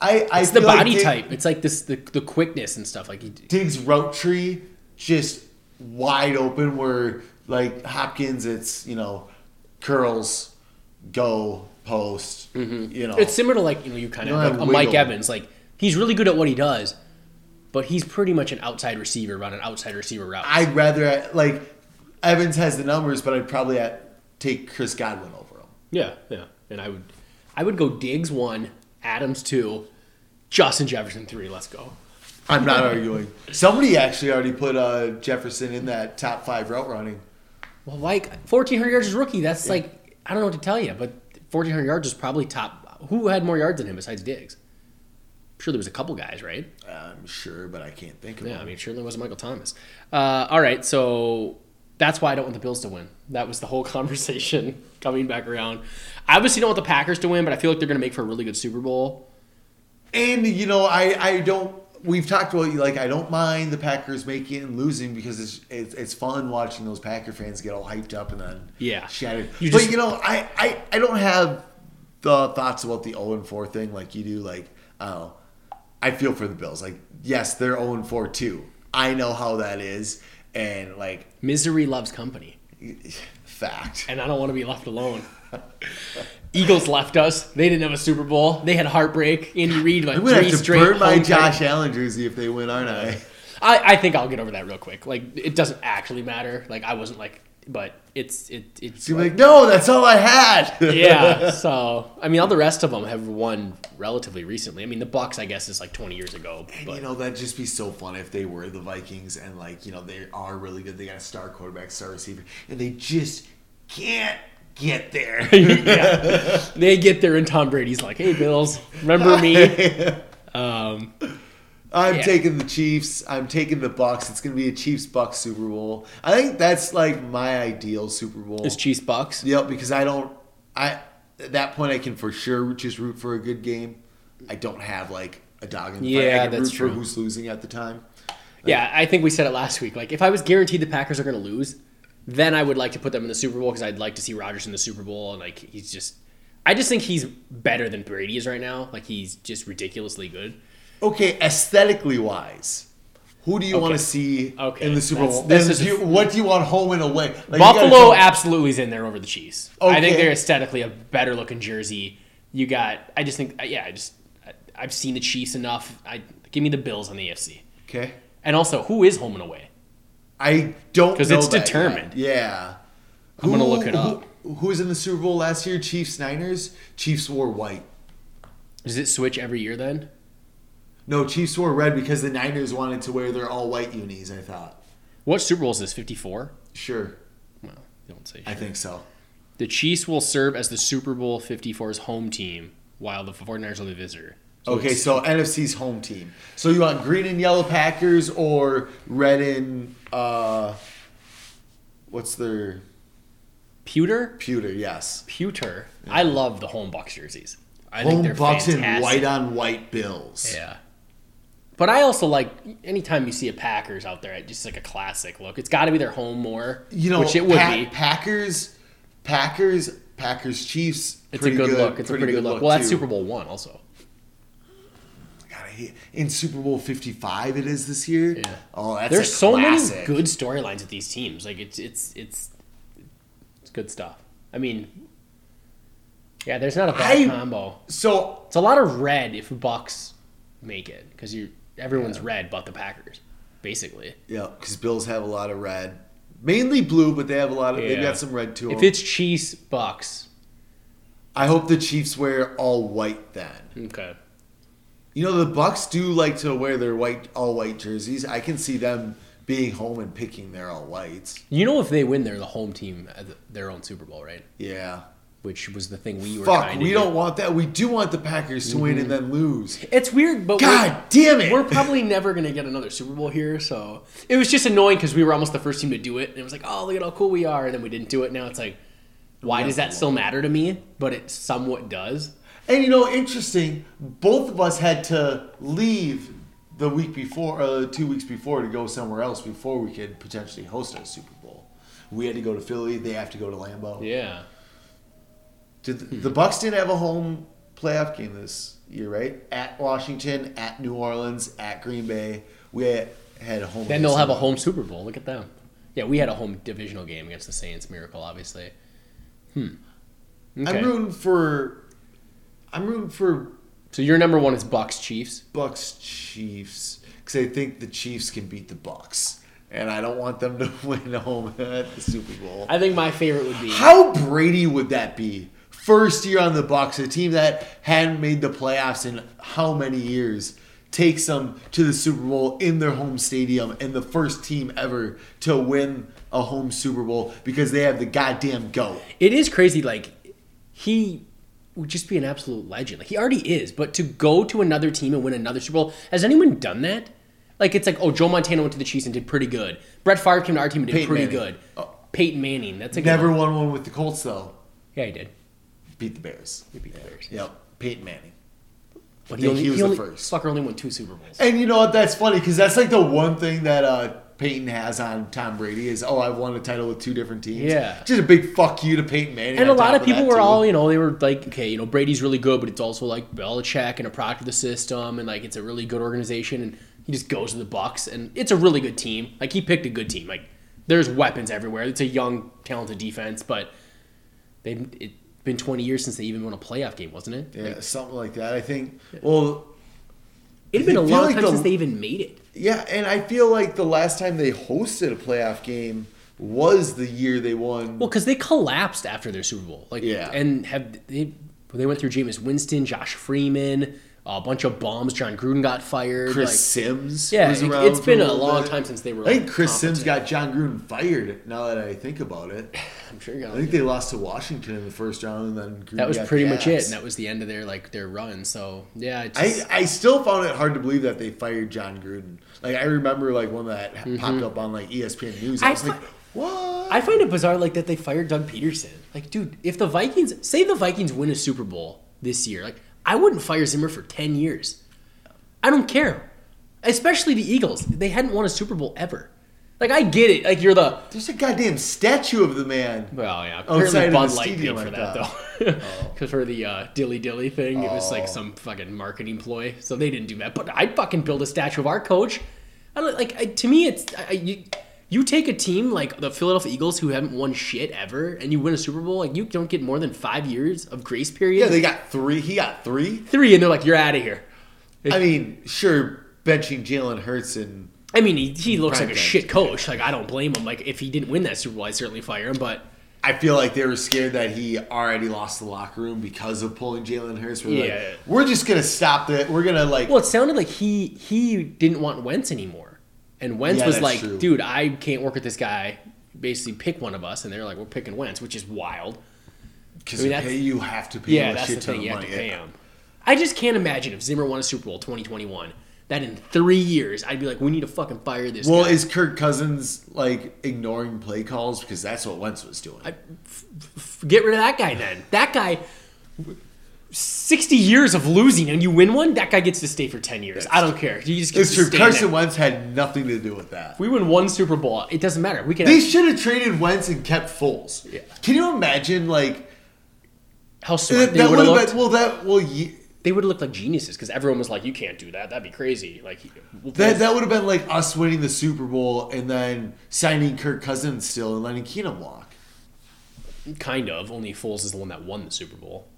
Speaker 2: I. I
Speaker 3: Mm-hmm. It's the
Speaker 2: feel like
Speaker 3: body
Speaker 2: Dig-
Speaker 3: type. It's like this the, the quickness and stuff. Like he,
Speaker 2: Diggs route tree just wide open. Where like Hopkins, it's you know curls, go post. You know
Speaker 3: Mm-hmm. it's similar to like you know you kind of
Speaker 2: No,
Speaker 3: like
Speaker 2: I
Speaker 3: a Mike
Speaker 2: wiggle.
Speaker 3: Evans. Like he's really good at what he does, but he's pretty much an outside receiver running outside receiver route.
Speaker 2: I'd rather like Evans has the numbers, but I'd probably uh, take Chris Godwin over him.
Speaker 3: yeah, yeah. And I would I would go Diggs one, Adams two, Justin Jefferson three. Let's go.
Speaker 2: I'm not arguing. Somebody actually already put uh, Jefferson in that top five route running.
Speaker 3: Well, like fourteen hundred yards is rookie. That's like I don't know what to tell you, but fourteen hundred yards is probably top. Who had more yards than him besides Diggs? I'm sure there was a couple guys, right?
Speaker 2: I'm sure, but I can't think of
Speaker 3: Yeah, I
Speaker 2: it.
Speaker 3: mean, it certainly wasn't Michael Thomas. Uh, all right, so that's why I don't want the Bills to win. That was the whole (laughs) conversation coming back around. I obviously don't want the Packers to win, but I feel like they're going to make for a really good Super Bowl.
Speaker 2: And you know, I I don't. We've talked about like I don't mind the Packers making it and losing because it's it's, it's fun watching those Packer fans get all hyped up and then
Speaker 3: Yeah.
Speaker 2: shattered.
Speaker 3: You
Speaker 2: but
Speaker 3: just-
Speaker 2: you know, I, I I don't have the thoughts about the 0 and 4 thing like you do. Like I don't know. I feel for the Bills. Like yes, they're 0 and 4 too. I know how that is, and like (sighs)
Speaker 3: Misery loves company,
Speaker 2: fact.
Speaker 3: and I don't want to be
Speaker 2: (laughs)
Speaker 3: left alone. Eagles left us. They didn't have a Super Bowl. They had heartbreak. Andy Reid, like
Speaker 2: I'm gonna
Speaker 3: three
Speaker 2: have to
Speaker 3: straight.
Speaker 2: burn my
Speaker 3: home
Speaker 2: Josh Allen jersey if they win, aren't I?
Speaker 3: I, I think I'll get over that real quick. Like it doesn't actually matter. Like I wasn't like, but it's it it's
Speaker 2: You're like, no, that's all I had.
Speaker 3: yeah. So I mean, all the rest of them have won relatively recently. I mean, the Bucks, I guess, is like 20 years ago. But
Speaker 2: you know, that'd just be so fun if they were the Vikings and like, you know, they are really good. They got a star quarterback, star receiver, and they just can't get
Speaker 3: (laughs)
Speaker 2: there.
Speaker 3: yeah, they get there, and Tom Brady's like, "Hey, Bills, remember me?"
Speaker 2: I'm
Speaker 3: Yeah.
Speaker 2: taking the Chiefs. I'm taking the Bucks. It's gonna be a Chiefs Bucks Super Bowl. I think that's like my ideal Super Bowl.
Speaker 3: It's Chiefs Bucks.
Speaker 2: Yep, because I don't. I at that point I can for sure just root for a good game. I don't have like a dog in the fight. I
Speaker 3: Yeah,
Speaker 2: can
Speaker 3: that's
Speaker 2: root
Speaker 3: true.
Speaker 2: for who's losing at the time.
Speaker 3: Yeah, I think we said it last week. Like, if I was guaranteed the Packers are going to lose, then I would like to put them in the Super Bowl because I'd like to see Rodgers in the Super Bowl. And like, he's just, I just think he's better than Brady is right now. Like, he's just ridiculously good.
Speaker 2: Okay, aesthetically wise, who do you want to see
Speaker 3: Okay,
Speaker 2: in the Super
Speaker 3: that's-
Speaker 2: Bowl?
Speaker 3: this
Speaker 2: Then
Speaker 3: is a-
Speaker 2: do you- what do you want home and away? Like, you gotta
Speaker 3: Buffalo
Speaker 2: go-
Speaker 3: absolutely is in there over the Chiefs. I think
Speaker 2: Okay.
Speaker 3: they're aesthetically a better looking jersey. You got, I just think, uh, yeah, I just, I, I've seen the Chiefs enough. I give me the Bills on the AFC,
Speaker 2: okay,
Speaker 3: and also who is home and away?
Speaker 2: I don't
Speaker 3: 'Cause
Speaker 2: know
Speaker 3: it's
Speaker 2: that yet.
Speaker 3: determined.
Speaker 2: Yeah,
Speaker 3: I'm gonna look it up.
Speaker 2: Who, who was in the Super Bowl last year? Chiefs Niners. Chiefs wore white.
Speaker 3: Does it switch every year then?
Speaker 2: No, Chiefs wore red because the Niners wanted to wear their all white unis. I thought.
Speaker 3: What Super Bowl is this? Fifty four.
Speaker 2: Sure,
Speaker 3: Well, they don't say.
Speaker 2: I
Speaker 3: shit.
Speaker 2: think so.
Speaker 3: The Chiefs will serve as the Super Bowl 54's home team, while the 49ers are the visitor.
Speaker 2: Okay, so NFC's home team. So you want green and yellow Packers or red and uh, what's their
Speaker 3: Pewter,
Speaker 2: pewter? Yes,
Speaker 3: pewter. I love the home Bucks jerseys. I think
Speaker 2: Home
Speaker 3: they're
Speaker 2: Bucks and
Speaker 3: fantastic.
Speaker 2: white on white Bills.
Speaker 3: Yeah. But I also like anytime you see a Packers out there, it's just like a classic look. It's got to be their home more,
Speaker 2: You know,
Speaker 3: which it would
Speaker 2: Pa-
Speaker 3: be.
Speaker 2: Packers, Packers, Packers, Chiefs.
Speaker 3: It's a
Speaker 2: pretty
Speaker 3: good, look. It's a pretty good look. well, that's
Speaker 2: too.
Speaker 3: Super Bowl one also.
Speaker 2: God, I hate- in Super Bowl 55 it is this year.
Speaker 3: Yeah.
Speaker 2: Oh, that's
Speaker 3: There's
Speaker 2: a
Speaker 3: so many
Speaker 2: classic.
Speaker 3: good storylines with these teams. Like it's it's it's it's good stuff. I mean, yeah, there's not a bad
Speaker 2: I-
Speaker 3: combo.
Speaker 2: So
Speaker 3: It's a lot of red if Bucks make it because you everyone's red but the Packers, basically.
Speaker 2: yeah, because Bills have a lot of red, mainly blue, but they have a lot of. They've
Speaker 3: Yeah.
Speaker 2: got some red to
Speaker 3: If
Speaker 2: them.
Speaker 3: it's Chiefs Bucks,
Speaker 2: I hope the Chiefs wear all white then.
Speaker 3: okay.
Speaker 2: You know the Bucks do like to wear their white all white jerseys. I can see them being home and picking their all whites.
Speaker 3: You know, if they win, they're the home team at the- their own Super Bowl, right?
Speaker 2: Yeah.
Speaker 3: Which was the thing we were
Speaker 2: Fuck,
Speaker 3: trying to
Speaker 2: we
Speaker 3: do.
Speaker 2: don't want that. We do want the Packers to win and then lose.
Speaker 3: It's weird, but
Speaker 2: God
Speaker 3: we're,
Speaker 2: damn it.
Speaker 3: we're probably never gonna get another Super Bowl here. So it was just annoying because we were almost the first team to do it, and it was like, oh, look at how cool we are, and then we didn't do it. Now it's like, why does that still matter to me? But it somewhat does.
Speaker 2: And you know, interesting. Both of us had to leave the week before, uh, two weeks before, to go somewhere else before we could potentially host our Super Bowl. We had to go to Philly. They have to go to Lambeau.
Speaker 3: Yeah.
Speaker 2: Did the, the Bucks didn't have a home playoff game this year, right? At Washington, at New Orleans, at Green Bay, we had, had a home.
Speaker 3: Then they'll
Speaker 2: against
Speaker 3: have a
Speaker 2: them.
Speaker 3: home Super Bowl. Look at them. Yeah, we had a home divisional game against the Saints. Miracle, obviously. Hmm. Okay.
Speaker 2: I'm rooting for. I'm rooting for
Speaker 3: so your number one is Bucks Chiefs.
Speaker 2: Bucks Chiefs because I think the Chiefs can beat the Bucks, and I don't want them to (laughs) win home at the Super Bowl.
Speaker 3: I think my favorite would be
Speaker 2: How Brady would that be? First year on the Bucks, a team that hadn't made the playoffs in how many years takes them to the Super Bowl in their home stadium and the first team ever to win a home Super Bowl because they have the goddamn goat.
Speaker 3: it is crazy. Like he would just be an absolute legend. Like he already is, but to go to another team and win another Super Bowl, has anyone done that? Like it's like oh, Joe Montana went to the Chiefs and did pretty good. Brett Favre came to our team and
Speaker 2: Peyton
Speaker 3: did pretty
Speaker 2: Manning. Oh.
Speaker 3: good. Peyton Manning, that's a good
Speaker 2: Never
Speaker 3: one.
Speaker 2: won one with the Colts though.
Speaker 3: Yeah, he did.
Speaker 2: Beat the Bears.
Speaker 3: He beat the Bears.
Speaker 2: Yep, Peyton Manning.
Speaker 3: but
Speaker 2: think he was the
Speaker 3: only,
Speaker 2: first.
Speaker 3: Fucker only won two Super Bowls.
Speaker 2: And you know what? That's funny because that's like the one thing that uh, Peyton has on Tom Brady is oh I've won a title with two different teams.
Speaker 3: Yeah.
Speaker 2: just a big fuck you to Peyton Manning.
Speaker 3: And a
Speaker 2: on
Speaker 3: lot
Speaker 2: top
Speaker 3: of people
Speaker 2: that,
Speaker 3: were
Speaker 2: too.
Speaker 3: all, you know, they were like, okay, you know, Brady's really good, but it's also like Belichick and a product of the system, and like it's a really good organization, and he just goes to the Bucks, and it's a really good team. Like he picked a good team. Like there's weapons everywhere. It's a young, talented defense, but they it been 20 years since they even won a playoff game, wasn't it?
Speaker 2: Yeah, something like that. I think. Well,
Speaker 3: It'd been
Speaker 2: I
Speaker 3: a
Speaker 2: feel
Speaker 3: long
Speaker 2: like
Speaker 3: time
Speaker 2: the-
Speaker 3: since they even made it.
Speaker 2: yeah, and I feel like the last time they hosted a playoff game was the year they won.
Speaker 3: Well, because they collapsed after their Super Bowl, like
Speaker 2: Yeah.
Speaker 3: and have they they went through Jameis Winston, Josh Freeman, a bunch of bombs. John Gruden got fired.
Speaker 2: Chris
Speaker 3: like-
Speaker 2: Sims.
Speaker 3: Yeah,
Speaker 2: was
Speaker 3: it-
Speaker 2: around
Speaker 3: it's
Speaker 2: for
Speaker 3: been a
Speaker 2: little
Speaker 3: long
Speaker 2: bit.
Speaker 3: time since they were,
Speaker 2: I think
Speaker 3: like,
Speaker 2: Chris Sims got
Speaker 3: competent.
Speaker 2: John Gruden fired. Now that I think about
Speaker 3: (sighs)
Speaker 2: it,
Speaker 3: I'm sure you
Speaker 2: I
Speaker 3: got
Speaker 2: think they lost to Washington in the first round, and then Gruden
Speaker 3: that was
Speaker 2: got
Speaker 3: pretty much it,
Speaker 2: axed.
Speaker 3: and that was the end of their like their run. So yeah, it
Speaker 2: I,
Speaker 3: just,
Speaker 2: I still found it hard to believe that they fired John Gruden. Like I remember, like one that
Speaker 3: Mm-hmm.
Speaker 2: popped up on like E ESPN News. I,
Speaker 3: I
Speaker 2: was like,
Speaker 3: fi-
Speaker 2: what?
Speaker 3: I, find it bizarre like that they fired Doug Peterson. Like, dude, if the Vikings say the Vikings win a Super Bowl this year, like I wouldn't fire Zimmer for ten years. I don't care. Especially the Eagles, they hadn't won a Super Bowl ever. Like I get it. Like you're the
Speaker 2: There's a goddamn statue of the man.
Speaker 3: well, yeah.
Speaker 2: Outside
Speaker 3: Apparently
Speaker 2: of
Speaker 3: Bud
Speaker 2: the
Speaker 3: Light paid
Speaker 2: stadium,
Speaker 3: for
Speaker 2: I
Speaker 3: that though,
Speaker 2: Oh.
Speaker 3: (laughs) because for the uh, dilly dilly thing, it was like some fucking marketing ploy. So they didn't do that. But I'd fucking build a statue of our coach. I don't like. I, to me, it's I, I- you. You take a team like the Philadelphia Eagles who haven't won shit ever, and you win a Super Bowl. Like you don't get more than five years of grace period.
Speaker 2: Yeah, they got three. He got three.
Speaker 3: three, and they're like, you're out of here.
Speaker 2: I mean, sure, benching Jalen Hurts and
Speaker 3: I mean, he, he looks
Speaker 2: Prime
Speaker 3: like a
Speaker 2: time.
Speaker 3: shit coach. Like I don't blame him. Like if he didn't win that Super Bowl, I would certainly fire him. But
Speaker 2: I feel like they were scared that he already lost the locker room because of pulling Jalen Hurts. We're
Speaker 3: Yeah.
Speaker 2: like, we're just gonna stop that. We're gonna like.
Speaker 3: Well, it sounded like he he didn't want Wentz anymore, and Wentz
Speaker 2: Yeah,
Speaker 3: was
Speaker 2: that's
Speaker 3: like,
Speaker 2: true.
Speaker 3: "Dude, I can't work with this guy." Basically, pick one of us, and they're like, "We're picking Wentz," which is wild.
Speaker 2: Because
Speaker 3: I mean, that's-
Speaker 2: you have to pay
Speaker 3: Yeah,
Speaker 2: him a
Speaker 3: that's the
Speaker 2: shit ton
Speaker 3: thing.
Speaker 2: of
Speaker 3: You have to
Speaker 2: money.
Speaker 3: pay him. I just can't imagine if Zimmer won a Super Bowl 2021 that in three years I'd be like, "We need to fucking fire this."
Speaker 2: Well,
Speaker 3: guy.
Speaker 2: is Kirk Cousins like ignoring play calls because that's what Wentz was doing?
Speaker 3: get rid of that guy then. That guy 60 years of losing and you win one, that guy gets to stay for 10 years. I don't care. He just gets
Speaker 2: It's
Speaker 3: to
Speaker 2: true.
Speaker 3: stay
Speaker 2: Carson
Speaker 3: there.
Speaker 2: Wentz had nothing to do with that.
Speaker 3: We win one Super Bowl. It doesn't matter. We can
Speaker 2: They
Speaker 3: have
Speaker 2: should have traded Wentz and kept Foles.
Speaker 3: Yeah.
Speaker 2: Can you imagine like
Speaker 3: how smart they
Speaker 2: that
Speaker 3: would
Speaker 2: would have
Speaker 3: have looked.
Speaker 2: been well that well ye-
Speaker 3: They would have looked like geniuses because everyone was like, "You can't do that. That'd be crazy." Like we'll play-
Speaker 2: that that would have been like us winning the Super Bowl and then signing Kirk Cousins still and letting Keenum walk.
Speaker 3: kind of. Only Foles is the one that won the Super Bowl.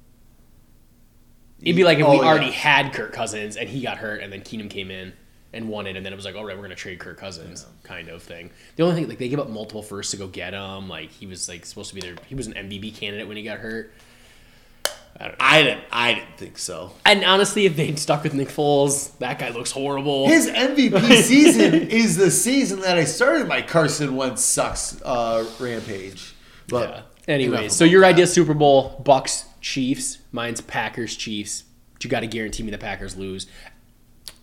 Speaker 3: It'd be like if
Speaker 2: Oh,
Speaker 3: we
Speaker 2: yeah.
Speaker 3: already had Kirk Cousins and he got hurt, and then Keenum came in and won it, and then it was like, "All right, we're gonna trade Kirk Cousins," kind of thing. The only thing, like, they gave up multiple firsts to go get him. Like he was like supposed to be there. He was an MVP candidate when he got hurt.
Speaker 2: I didn't I didn't think so.
Speaker 3: And honestly, if they'd stuck with Nick Foles, that guy looks horrible.
Speaker 2: His MVP
Speaker 3: (laughs)
Speaker 2: season is the season that I started my Carson Wentz sucks uh, rampage. But
Speaker 3: Yeah.
Speaker 2: enough
Speaker 3: Anyways, so
Speaker 2: about
Speaker 3: your
Speaker 2: that.
Speaker 3: idea is Super Bowl Bucks Chiefs. Mine's Packers Chiefs. But you got to guarantee me the Packers lose.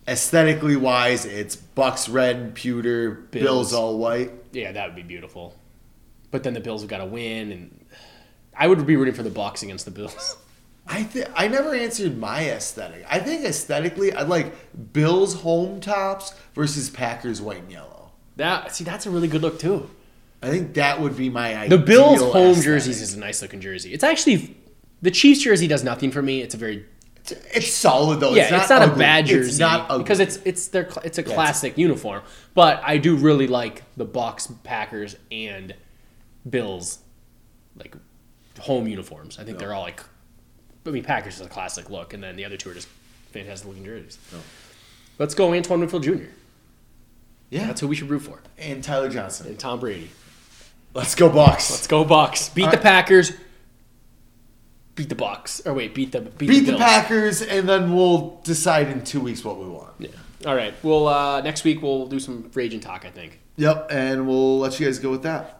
Speaker 2: aesthetically wise, it's Bucks red and pewter, Bills,
Speaker 3: Bills.
Speaker 2: all white.
Speaker 3: Yeah, that would be beautiful. But then the Bills have got to win, and I would be rooting for the Bucks against the Bills. (laughs)
Speaker 2: I th- I never answered my aesthetic. I think aesthetically, I'd like Bills home tops versus Packers white and yellow.
Speaker 3: That see, that's a really good look too.
Speaker 2: I think that would be my
Speaker 3: The
Speaker 2: ideal
Speaker 3: Bills home
Speaker 2: aesthetic.
Speaker 3: jerseys is a nice looking jersey. It's actually the Chiefs jersey does nothing for me. It's a very
Speaker 2: It's solid though.
Speaker 3: yeah,
Speaker 2: it's not,
Speaker 3: a
Speaker 2: ugly.
Speaker 3: bad jersey
Speaker 2: It's not ugly.
Speaker 3: because it's it's their cl- it's a classic uniform. But I do really like the Bucks, Packers, and Bills, like home uniforms. I think they're all like, I mean, Packers is a classic look, and then the other two are just fantastic looking jerseys. Let's go, Antoine Winfield Jr.
Speaker 2: yeah.
Speaker 3: That's who we should root for,
Speaker 2: and Tyler Johnson.
Speaker 3: and Tom Brady.
Speaker 2: Let's go Bucks.
Speaker 3: Let's go Bucks. Beat the
Speaker 2: right.
Speaker 3: Packers. Beat the Bucks. Or wait, beat the beat,
Speaker 2: beat
Speaker 3: the
Speaker 2: the
Speaker 3: Bills.
Speaker 2: Packers, and then we'll decide in two weeks what we want.
Speaker 3: Yeah. All right. Well, uh, next week we'll do some rage and talk. I think.
Speaker 2: Yep, and we'll let you guys go with that.